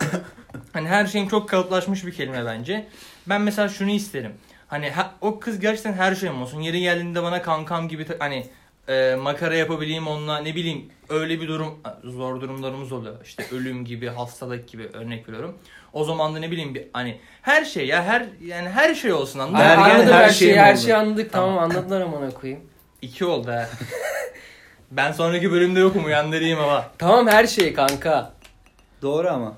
[SPEAKER 2] hani her şeyin çok kalıplaşmış bir kelime bence. Ben mesela şunu isterim. Hani ha- o kız gerçekten her şeyim olsun. Yeri geldiğinde bana kankam gibi ta- hani e, makara yapabileyim onunla ne bileyim öyle bir durum zor durumlarımız oluyor. İşte ölüm gibi, hastalık gibi örnek veriyorum. O zaman da ne bileyim bir hani her şey ya her yani her şey olsun anladın mı?
[SPEAKER 1] Ay,
[SPEAKER 4] Ergen
[SPEAKER 1] anladım
[SPEAKER 4] her
[SPEAKER 1] her
[SPEAKER 4] şey
[SPEAKER 1] şeyi,
[SPEAKER 4] mi
[SPEAKER 1] her
[SPEAKER 4] oldu?
[SPEAKER 1] şeyi anladık. Tamam, anladılar amına koyayım.
[SPEAKER 2] İki oldu ha. ben sonraki bölümde yokum uyandırayım ama.
[SPEAKER 1] Tamam her şey kanka.
[SPEAKER 4] Doğru ama.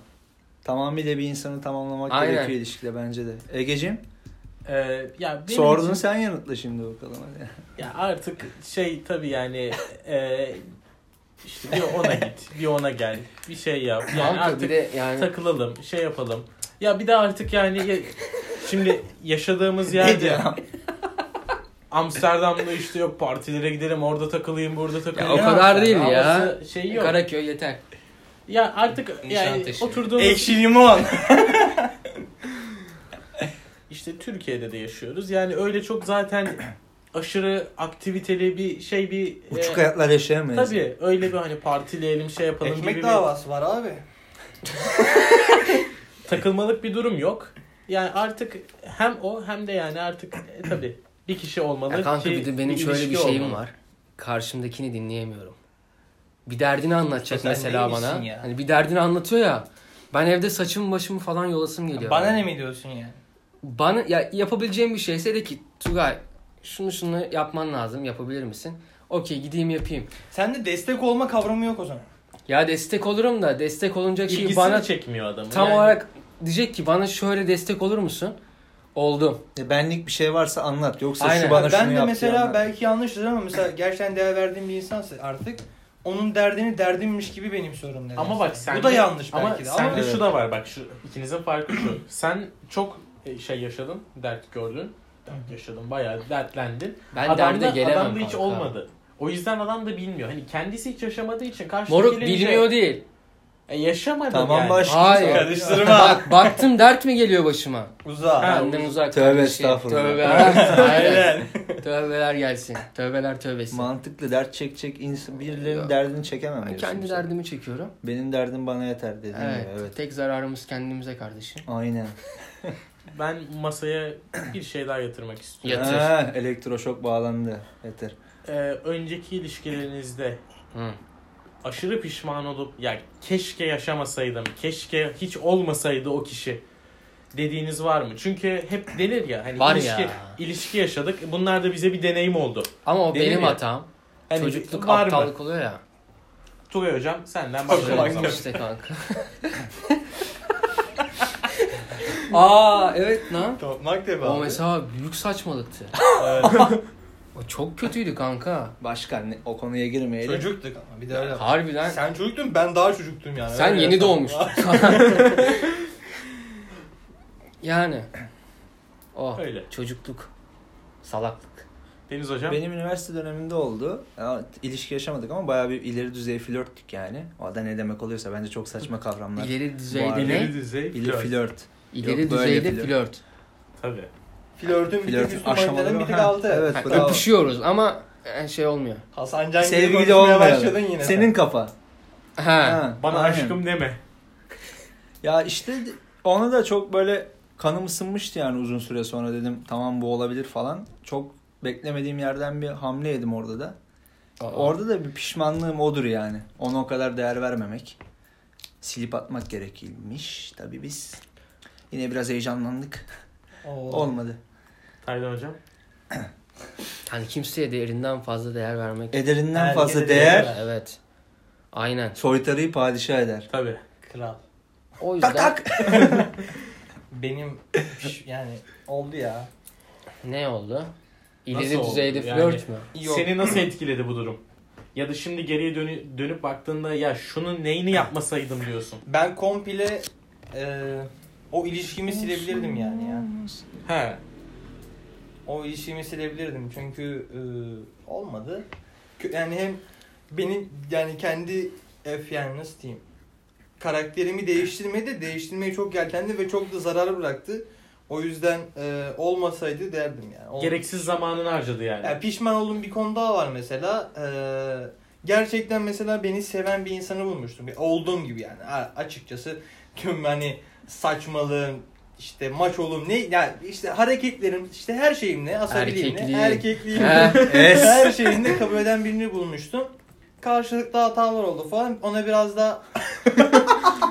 [SPEAKER 4] Tamamıyla bir insanı tamamlamak
[SPEAKER 1] Aynen.
[SPEAKER 4] gerekiyor ilişkide bence de. Egeciğim
[SPEAKER 6] Ee, ya benim
[SPEAKER 4] sordun
[SPEAKER 6] için-
[SPEAKER 4] sen yanıtla şimdi bakalım. hadi.
[SPEAKER 6] Ya artık şey tabii yani e, işte bir ona git, bir ona gel, bir şey yap. Yani
[SPEAKER 1] kanka
[SPEAKER 6] artık
[SPEAKER 1] bir de yani
[SPEAKER 6] takılalım, şey yapalım. Ya bir de artık yani ya- şimdi yaşadığımız
[SPEAKER 4] Ne
[SPEAKER 6] yerde
[SPEAKER 4] diyorsun?
[SPEAKER 6] Amsterdam'da işte yok partilere gidelim, orada takılayım, burada takılayım.
[SPEAKER 1] o
[SPEAKER 6] Ne
[SPEAKER 1] kadar
[SPEAKER 6] yapacaksın?
[SPEAKER 1] değil ya.
[SPEAKER 6] Havası Şey yok.
[SPEAKER 1] Karaköy yeter.
[SPEAKER 6] Ya artık yani
[SPEAKER 1] Nişantaşı.
[SPEAKER 6] oturduğumuz
[SPEAKER 2] Ekşi limon.
[SPEAKER 6] işte Türkiye'de de yaşıyoruz. Yani öyle çok zaten aşırı aktiviteli bir şey bir
[SPEAKER 4] Uçuk
[SPEAKER 6] e,
[SPEAKER 4] hayatlar yaşayamayız.
[SPEAKER 6] Tabii öyle bir hani partileyelim şey yapalım gibi
[SPEAKER 8] Ekmek
[SPEAKER 6] bir
[SPEAKER 8] davası var abi.
[SPEAKER 6] takılmalık bir durum yok. Yani artık hem o hem de yani artık e, tabii bir kişi olmalı
[SPEAKER 1] Ya kanka
[SPEAKER 6] ki
[SPEAKER 1] bir de benim şöyle bir
[SPEAKER 6] şey ilişki
[SPEAKER 1] şeyim
[SPEAKER 6] olmalı.
[SPEAKER 1] var. Karşımdakini dinleyemiyorum. Bir derdini anlatacak
[SPEAKER 2] Sen
[SPEAKER 1] mesela
[SPEAKER 2] neymişsin
[SPEAKER 1] bana.
[SPEAKER 2] ya?
[SPEAKER 1] Hani bir derdini anlatıyor ya. Ben evde saçımı başımı falan yolasım geliyor.
[SPEAKER 2] Bana
[SPEAKER 1] Yani.
[SPEAKER 2] ne mi diyorsun yani?
[SPEAKER 1] Bana ya yapabileceğim bir şeyse de ki Tugay şunu şunu yapman lazım. Yapabilir misin? Okey gideyim yapayım.
[SPEAKER 2] Sende destek olma kavramı yok o zaman.
[SPEAKER 1] Ya destek olurum da destek olunacak şey
[SPEAKER 6] İlgisini
[SPEAKER 1] bana
[SPEAKER 6] çekmiyor adamı.
[SPEAKER 1] tam
[SPEAKER 6] yani.
[SPEAKER 1] olarak diyecek ki bana şöyle destek olur musun? Oldum.
[SPEAKER 4] E, Benlik bir şey varsa anlat. Yoksa
[SPEAKER 1] Aynen.
[SPEAKER 4] şu bana şunu
[SPEAKER 2] ben de
[SPEAKER 4] yaptı
[SPEAKER 2] mesela
[SPEAKER 4] anlat.
[SPEAKER 2] belki yanlıştır ama mesela gerçekten değer verdiğim bir insansa artık onun derdini derdimmiş gibi benim sorun dedi.
[SPEAKER 6] ama bak sen
[SPEAKER 2] Bu da yanlış
[SPEAKER 6] ama
[SPEAKER 2] belki de
[SPEAKER 6] sende
[SPEAKER 2] ama
[SPEAKER 6] şu da var bak şu ikinizin farkı şu. sen çok e, şey yaşadın, dert gördün. Dert yaşadın, bayağı dertlendin.
[SPEAKER 1] Ben
[SPEAKER 6] adam
[SPEAKER 1] derde
[SPEAKER 6] da,
[SPEAKER 1] gelemem.
[SPEAKER 6] adam da hiç
[SPEAKER 1] kanka.
[SPEAKER 6] olmadı. O yüzden adam da bilmiyor. Hani kendisi hiç yaşamadığı için karşı
[SPEAKER 1] Moruk bilmiyor değil.
[SPEAKER 6] E, yaşamadı
[SPEAKER 4] Tamam
[SPEAKER 6] yani.
[SPEAKER 4] baş.
[SPEAKER 1] Hayır.
[SPEAKER 2] karıştırma.
[SPEAKER 1] Bak baktım dert mi geliyor başıma?
[SPEAKER 2] Uza.
[SPEAKER 6] Ha,
[SPEAKER 1] Benden uzak.
[SPEAKER 4] Tövbe
[SPEAKER 1] kardeşim.
[SPEAKER 4] estağfurullah.
[SPEAKER 1] şey. Tövbeler. Aynen.
[SPEAKER 2] Aynen.
[SPEAKER 1] Tövbeler gelsin. Tövbeler tövbesin.
[SPEAKER 4] Mantıklı dert çekecek insan birilerinin
[SPEAKER 1] Yok.
[SPEAKER 4] derdini çekemem
[SPEAKER 1] Ben
[SPEAKER 4] diyorsun
[SPEAKER 1] E, kendi
[SPEAKER 4] sen.
[SPEAKER 1] derdimi çekiyorum.
[SPEAKER 4] Benim derdim bana yeter dediğin
[SPEAKER 1] Evet,
[SPEAKER 4] gibi evet.
[SPEAKER 1] Tek zararımız kendimize kardeşim.
[SPEAKER 4] Aynen.
[SPEAKER 6] Ben masaya bir şey daha yatırmak istiyorum.
[SPEAKER 1] Yatır.
[SPEAKER 4] Ha, elektroşok bağlandı. Yeter.
[SPEAKER 6] Ee, önceki ilişkilerinizde aşırı pişman olup ya keşke yaşamasaydım, keşke hiç olmasaydı o kişi dediğiniz var mı? Çünkü hep denir ya hani
[SPEAKER 1] Var
[SPEAKER 6] ilişki
[SPEAKER 1] ya.
[SPEAKER 6] ilişki yaşadık. Bunlar da bize bir deneyim oldu.
[SPEAKER 1] Ama o
[SPEAKER 6] Denir
[SPEAKER 1] benim
[SPEAKER 6] ya.
[SPEAKER 1] hatam.
[SPEAKER 6] Hani
[SPEAKER 1] Çocukluk
[SPEAKER 6] var mı?
[SPEAKER 1] aptallık oluyor ya.
[SPEAKER 6] Tugay hocam senden
[SPEAKER 1] Şöyle
[SPEAKER 6] başlayalım.
[SPEAKER 1] bizim işte kanka. Aa evet lan.
[SPEAKER 2] Topmak tepe
[SPEAKER 1] O
[SPEAKER 2] abi.
[SPEAKER 1] mesela büyük saçmalıktı. o çok kötüydü kanka.
[SPEAKER 4] Başkan ne- o konuya girmeyelim.
[SPEAKER 2] Çocuktuk ama bir de öyle.
[SPEAKER 1] Harbiden sen,
[SPEAKER 2] Sen çocuktun ben daha çocuktum yani. Öyle
[SPEAKER 1] yeni
[SPEAKER 2] yapsam.
[SPEAKER 1] doğmuştun. yani. O
[SPEAKER 6] Öyle.
[SPEAKER 1] çocukluk. Salaklık.
[SPEAKER 6] Deniz hocam.
[SPEAKER 4] Benim üniversite döneminde oldu. Ya, İlişki yaşamadık ama bayağı bir ileri düzey flörttük yani. O da ne demek oluyorsa bence çok saçma kavramlar. İleri,
[SPEAKER 1] İleri düzeyde
[SPEAKER 4] Var.
[SPEAKER 1] ne?
[SPEAKER 6] İleri düzey
[SPEAKER 4] flört.
[SPEAKER 6] flört.
[SPEAKER 1] İleri
[SPEAKER 4] Yok, böyle
[SPEAKER 1] düzeyde
[SPEAKER 4] flört.
[SPEAKER 1] flört.
[SPEAKER 6] Tabii.
[SPEAKER 2] Flörtün bir tek
[SPEAKER 4] Flörtün
[SPEAKER 2] üstü
[SPEAKER 4] aşamaları
[SPEAKER 2] manitadan bir tek
[SPEAKER 4] Ha,
[SPEAKER 2] altı.
[SPEAKER 4] Evet
[SPEAKER 1] Yani
[SPEAKER 4] bravo.
[SPEAKER 1] öpüşüyoruz ama e, şey olmuyor.
[SPEAKER 2] Hasan Can gibi
[SPEAKER 4] Sevgili
[SPEAKER 2] konuşmaya başladın
[SPEAKER 4] olmayalım.
[SPEAKER 2] yine.
[SPEAKER 4] Senin kafa.
[SPEAKER 1] Ha.
[SPEAKER 4] Ha,
[SPEAKER 6] Bana
[SPEAKER 4] aynen.
[SPEAKER 6] aşkım deme.
[SPEAKER 4] Ya işte ona da çok böyle kanım ısınmıştı yani uzun süre sonra dedim tamam bu olabilir falan. Çok beklemediğim yerden bir hamle yedim orada da. Orada da bir pişmanlığım odur yani. Ona o kadar değer vermemek. Silip atmak gerekilmiş. Tabii biz yine biraz heyecanlandık.
[SPEAKER 2] Oo.
[SPEAKER 4] Olmadı.
[SPEAKER 6] Taylan hocam.
[SPEAKER 1] Hani kimseye değerinden fazla değer
[SPEAKER 4] E-
[SPEAKER 1] vermek.
[SPEAKER 4] Ederinden
[SPEAKER 2] Erkeğe
[SPEAKER 4] fazla
[SPEAKER 2] de
[SPEAKER 4] değer
[SPEAKER 2] değer
[SPEAKER 1] Evet. Aynen.
[SPEAKER 4] soytarıyı padişah eder.
[SPEAKER 6] Tabii.
[SPEAKER 2] Kral.
[SPEAKER 1] O yüzden
[SPEAKER 4] Tak tak.
[SPEAKER 2] Benim Şş, yani oldu ya.
[SPEAKER 1] ne oldu? İleri
[SPEAKER 6] Nasıl oldu?
[SPEAKER 1] düzeyde
[SPEAKER 6] Yani-
[SPEAKER 1] flört mü?
[SPEAKER 2] Yok.
[SPEAKER 6] Seni nasıl etkiledi bu durum? Ya da şimdi geriye dönü- dönüp baktığında ya şunun neyini yapmasaydım diyorsun.
[SPEAKER 2] Ben komple e, o ilişkimi silebilirdim yani ya.
[SPEAKER 6] He.
[SPEAKER 2] O ilişkimi silebilirdim çünkü e, olmadı. Kö- Yani hem beni yani kendi F yani nasıl diyeyim karakterimi değiştirmedi, değiştirmeye çok yeltendi ve çok da zarar bıraktı. O yüzden e, olmasaydı derdim yani. Ol-
[SPEAKER 6] Gereksiz zamanını harcadı yani.
[SPEAKER 2] Yani pişman olduğum bir konu daha var mesela. E, gerçekten mesela beni seven bir insanı bulmuştum. Bir Olduğum gibi yani A- açıkçası tüm hani saçmalığım işte maç olum ne yani işte hareketlerim işte her şeyimle asabiliğimle
[SPEAKER 1] Erkekliği.
[SPEAKER 2] erkekliğimle
[SPEAKER 1] Ha,
[SPEAKER 2] her şeyimle kabul eden birini bulmuştum. Karşılıklı hatalar oldu falan. Ona biraz daha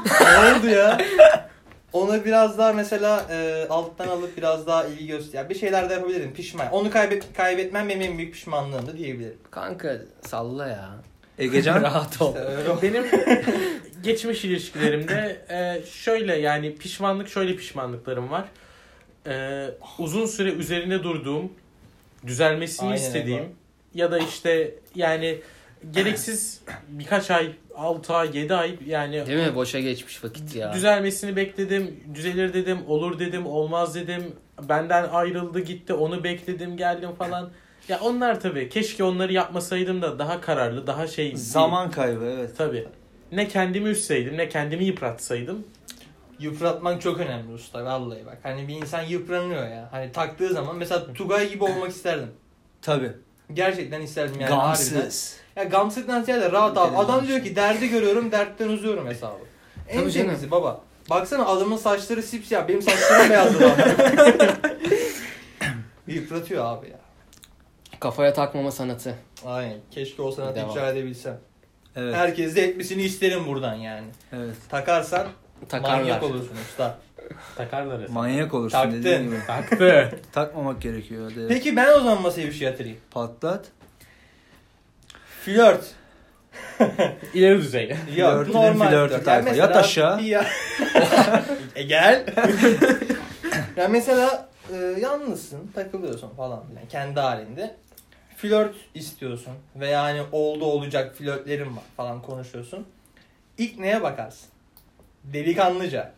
[SPEAKER 2] ne oldu ya? Ona biraz daha mesela e, alttan alıp biraz daha ilgi göster. yani bir şeyler de yapabilirim. Pişman. Onu kaybet kaybetmem benim en büyük pişmanlığımdı diyebilirim.
[SPEAKER 1] Kanka salla ya.
[SPEAKER 4] Egecan
[SPEAKER 1] Rahat ol.
[SPEAKER 2] İşte öyle oldu.
[SPEAKER 6] Ee, Benim geçmiş ilişkilerimde e, şöyle yani pişmanlık şöyle pişmanlıklarım var. E, uzun süre üzerinde durduğum, düzelmesini
[SPEAKER 2] Aynen
[SPEAKER 6] istediğim
[SPEAKER 2] abi.
[SPEAKER 6] ya da işte yani gereksiz birkaç ay, 6 ay, 7 ay yani
[SPEAKER 1] Değil mi? Boşa geçmiş vakit ya.
[SPEAKER 6] düzelmesini bekledim. Düzelir dedim, olur dedim, olmaz dedim. Benden ayrıldı gitti, onu bekledim geldim falan. Ya onlar tabii keşke onları yapmasaydım da daha kararlı, daha şey
[SPEAKER 4] zaman kaybı evet.
[SPEAKER 6] Tabii. Ne kendimi üstseydim ne kendimi yıpratsaydım.
[SPEAKER 2] Yıpratmak çok önemli usta vallahi bak. Hani bir insan yıpranıyor ya. Hani taktığı zaman mesela Tugay gibi olmak isterdim.
[SPEAKER 4] Tabii.
[SPEAKER 2] Gerçekten isterdim yani. harbiden.
[SPEAKER 4] Gamsız.
[SPEAKER 2] Ya gamsızlıktan ziyade rahat abi. Adam diyor ki derdi görüyorum, dertten uzuyorum hesabı. En
[SPEAKER 1] Tabii canım.
[SPEAKER 2] temizi baba. Baksana adamın saçları sipsiyah, benim saçlarım beyazdı lan. Yıpratıyor abi ya.
[SPEAKER 1] Kafaya takmama sanatı.
[SPEAKER 2] Aynen. Keşke o sanatı
[SPEAKER 1] Devam.
[SPEAKER 2] icra edebilsem.
[SPEAKER 4] Evet.
[SPEAKER 2] Herkes de etmesini isterim buradan yani.
[SPEAKER 4] Evet.
[SPEAKER 2] Takarsan
[SPEAKER 1] Takarlar.
[SPEAKER 2] manyak olursun usta.
[SPEAKER 6] Takarlar efendim.
[SPEAKER 4] Manyak olursun
[SPEAKER 2] Taktın.
[SPEAKER 4] dediğin gibi.
[SPEAKER 6] Taktı.
[SPEAKER 4] Takmamak gerekiyor. dedi.
[SPEAKER 2] Peki ben o zaman masaya bir şey yatırayım.
[SPEAKER 4] Patlat.
[SPEAKER 2] Flört.
[SPEAKER 6] İleri düzey.
[SPEAKER 2] Yok
[SPEAKER 4] Flörtünün
[SPEAKER 2] normal
[SPEAKER 4] flörtü
[SPEAKER 2] flört.
[SPEAKER 4] tayfa.
[SPEAKER 2] Yani mesela
[SPEAKER 4] Yat aşağı.
[SPEAKER 2] bir ya- e gel. yani mesela e, yalnızsın, takılıyorsun falan filan kendi halinde. Flört istiyorsun ve yani oldu olacak flörtlerin var falan konuşuyorsun. İlk neye bakarsın? Delikanlıca.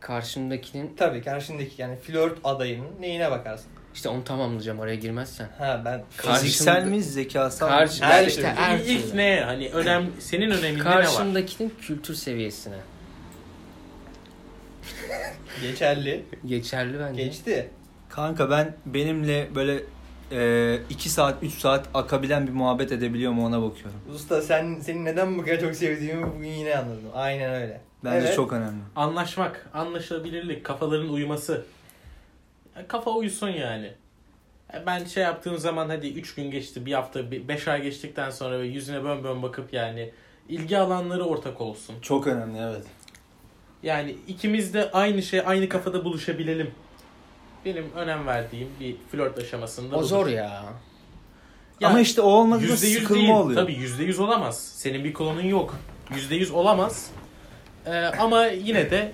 [SPEAKER 1] Karşımdakinin
[SPEAKER 2] Tabii karşındaki yani flört adayının neyine bakarsın?
[SPEAKER 1] işte onu tamamlayacağım oraya girmezsen.
[SPEAKER 2] Ha ben
[SPEAKER 1] Karşımda-
[SPEAKER 4] Fiziksel mi zekasal mı?
[SPEAKER 1] Karşı
[SPEAKER 2] Her
[SPEAKER 1] işte
[SPEAKER 2] şey.
[SPEAKER 1] her
[SPEAKER 6] İlk
[SPEAKER 1] türlü.
[SPEAKER 6] ne? Hani önem senin öneminde ne var?
[SPEAKER 1] Karşımdakinin kültür seviyesine.
[SPEAKER 2] geçerli.
[SPEAKER 1] Geçerli bence.
[SPEAKER 2] Geçti.
[SPEAKER 4] Kanka ben benimle böyle 2 saat 3 saat akabilen bir muhabbet edebiliyor mu ona bakıyorum.
[SPEAKER 2] Usta sen seni neden bu kadar çok sevdiğimi bugün yine anladım. Aynen öyle.
[SPEAKER 4] Bence
[SPEAKER 2] Evet.
[SPEAKER 4] çok önemli.
[SPEAKER 6] Anlaşmak, anlaşılabilirlik, kafaların uyuması. Ya Kafa uyusun yani. Ya Ben şey yaptığım zaman hadi 3 gün geçti, bir hafta, 5 ay geçtikten sonra ve yüzüne bön bön bakıp yani ilgi alanları ortak olsun.
[SPEAKER 4] Çok önemli evet.
[SPEAKER 6] Yani ikimiz de aynı şey, aynı kafada buluşabilelim. Benim önem verdiğim bir flört aşamasında
[SPEAKER 1] O
[SPEAKER 6] budur.
[SPEAKER 1] zor ya.
[SPEAKER 6] Ya,
[SPEAKER 4] Ama işte o olmadı da
[SPEAKER 6] Yüzde yüz
[SPEAKER 4] sıkılma
[SPEAKER 6] değil.
[SPEAKER 4] oluyor.
[SPEAKER 6] Tabii yüzde yüz olamaz. Senin bir klonun yok. Yüzde yüz olamaz. Ee, ama yine de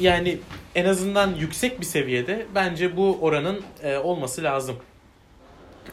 [SPEAKER 6] yani en azından yüksek bir seviyede bence bu oranın e, olması lazım.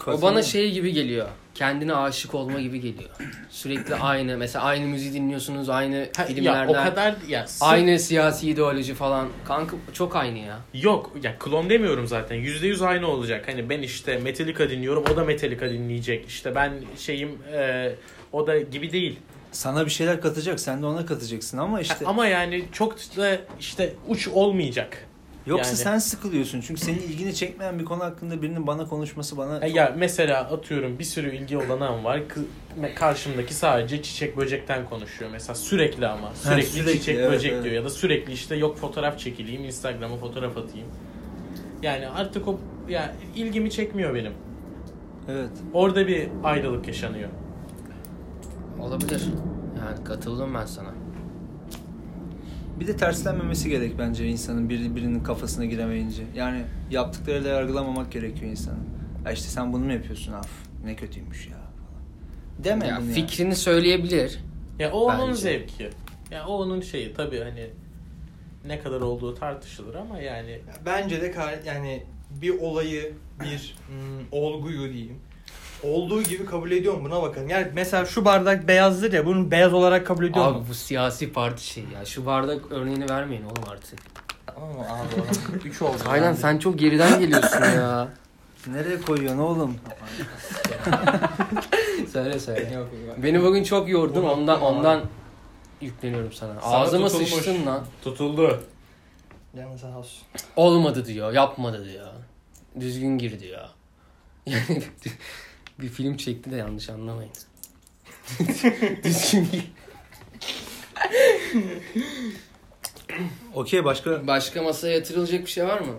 [SPEAKER 1] O bana şey gibi geliyor. Kendine aşık olma gibi geliyor. Sürekli aynı. Mesela aynı müziği dinliyorsunuz, aynı
[SPEAKER 6] Ha,
[SPEAKER 1] filmlerden.
[SPEAKER 6] ya o kadar ya sırf-
[SPEAKER 1] Aynı siyasi ideoloji falan. Kanka çok aynı ya.
[SPEAKER 6] yok ya klon demiyorum zaten. Yüzde yüz aynı olacak. Hani ben işte Metallica dinliyorum, o da Metallica dinleyecek. İşte ben şeyim e, o da gibi değil.
[SPEAKER 4] Sana bir şeyler katacak sen de ona katacaksın ama işte
[SPEAKER 6] Ama yani çok da işte uç olmayacak.
[SPEAKER 4] yoksa
[SPEAKER 6] yani-
[SPEAKER 4] sen sıkılıyorsun. Çünkü senin ilgini çekmeyen bir konu hakkında birinin bana konuşması bana
[SPEAKER 6] Ya, E, Ya mesela atıyorum bir sürü ilgi olanağım var. Kı- me- Karşımdaki sadece çiçek böcekten konuşuyor mesela sürekli ama. Sürekli,
[SPEAKER 4] sürekli,
[SPEAKER 6] çiçek
[SPEAKER 4] evet,
[SPEAKER 6] böcek
[SPEAKER 4] evet.
[SPEAKER 6] diyor ya da sürekli işte yok fotoğraf çekileyim, Instagram'a fotoğraf atayım. Yani artık o ya ilgimi çekmiyor benim.
[SPEAKER 4] evet.
[SPEAKER 6] Orada bir ayrılık yaşanıyor.
[SPEAKER 1] Olabilir. Yani katıldım ben sana.
[SPEAKER 4] Bir de terslenmemesi gerek bence insanın bir, birinin kafasına giremeyince. Yani yaptıklarıyla yargılamamak gerekiyor insanın. Ya işte sen bunu mu yapıyorsun af ne kötüymüş ya falan. Deme
[SPEAKER 1] Ya
[SPEAKER 4] bunu ya.
[SPEAKER 1] fikrini söyleyebilir.
[SPEAKER 6] Ya o onun
[SPEAKER 1] Bence.
[SPEAKER 6] zevki. Ya o onun şeyi tabii hani ne kadar olduğu tartışılır ama yani
[SPEAKER 2] Bence de kar- yani bir olayı, bir hmm, olguyu diyeyim. Olduğu gibi kabul ediyorum buna bakın. Yani mesela şu bardak beyazdır ya bunu beyaz olarak kabul ediyor
[SPEAKER 1] Abi
[SPEAKER 2] mu?
[SPEAKER 1] bu siyasi parti şey ya. Şu bardak örneğini vermeyin oğlum artık.
[SPEAKER 2] Tamam mı abi? oğlum? Üç oldu.
[SPEAKER 1] Aynen sen çok geriden geliyorsun ya.
[SPEAKER 4] Nereye koyuyorsun oğlum?
[SPEAKER 1] Söyle söyle.
[SPEAKER 2] Yok, yok.
[SPEAKER 1] Beni bugün çok yordun
[SPEAKER 2] Unuttum
[SPEAKER 1] ondan
[SPEAKER 2] abi.
[SPEAKER 1] ondan yükleniyorum sana. Ağzıma
[SPEAKER 6] tutulmuş.
[SPEAKER 1] sıçtın lan.
[SPEAKER 6] tutuldu.
[SPEAKER 2] Canın sağ olsun.
[SPEAKER 1] Olmadı diyor, yapmadı diyor. Düzgün gir diyor. Yani bir film çekti de yanlış anlamayın. Düzgün giy.
[SPEAKER 4] Okey başka
[SPEAKER 1] Başka masaya yatırılacak bir şey var mı?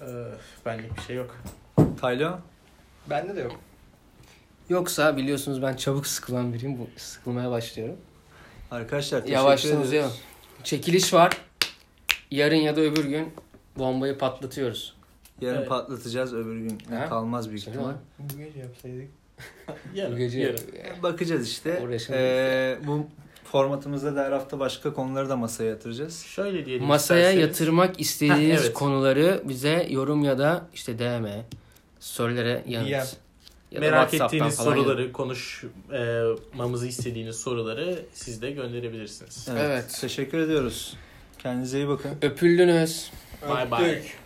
[SPEAKER 6] Öf, benlik bir şey yok.
[SPEAKER 4] Tayla?
[SPEAKER 2] Bende de yok.
[SPEAKER 1] Yoksa biliyorsunuz ben çabuk sıkılan biriyim. Bu sıkılmaya başlıyorum.
[SPEAKER 4] Arkadaşlar teşekkür
[SPEAKER 1] Yavaştan
[SPEAKER 4] ederiz.
[SPEAKER 1] uzayalım. Çekiliş var. Yarın ya da öbür gün bombayı patlatıyoruz.
[SPEAKER 4] Yarın
[SPEAKER 6] Evet.
[SPEAKER 4] patlatacağız öbür gün
[SPEAKER 1] Ha?
[SPEAKER 4] kalmaz büyük
[SPEAKER 1] Şey
[SPEAKER 4] ihtimal.
[SPEAKER 1] var.
[SPEAKER 2] Bu gece yapsaydık.
[SPEAKER 6] Yarın,
[SPEAKER 1] Bu gece
[SPEAKER 6] yarın.
[SPEAKER 4] E, Bakacağız işte.
[SPEAKER 1] Uğraşamayız
[SPEAKER 4] Ee, bu formatımızda da her hafta başka konuları da masaya yatıracağız.
[SPEAKER 6] Şöyle diyelim
[SPEAKER 1] masaya
[SPEAKER 6] isterseniz.
[SPEAKER 1] yatırmak istediğiniz
[SPEAKER 6] Ha, evet.
[SPEAKER 1] konuları bize yorum ya da işte DM, sorulara yanıt.
[SPEAKER 2] DM.
[SPEAKER 1] Ya da
[SPEAKER 6] Merak
[SPEAKER 1] WhatsApp'tan
[SPEAKER 6] ettiğiniz
[SPEAKER 1] falan yanıt.
[SPEAKER 6] soruları, konuşmamızı istediğiniz soruları siz de gönderebilirsiniz.
[SPEAKER 1] Evet.
[SPEAKER 4] Teşekkür ediyoruz. Kendinize iyi bakın.
[SPEAKER 1] Öpüldünüz.
[SPEAKER 6] Bye bye.
[SPEAKER 2] Öptük.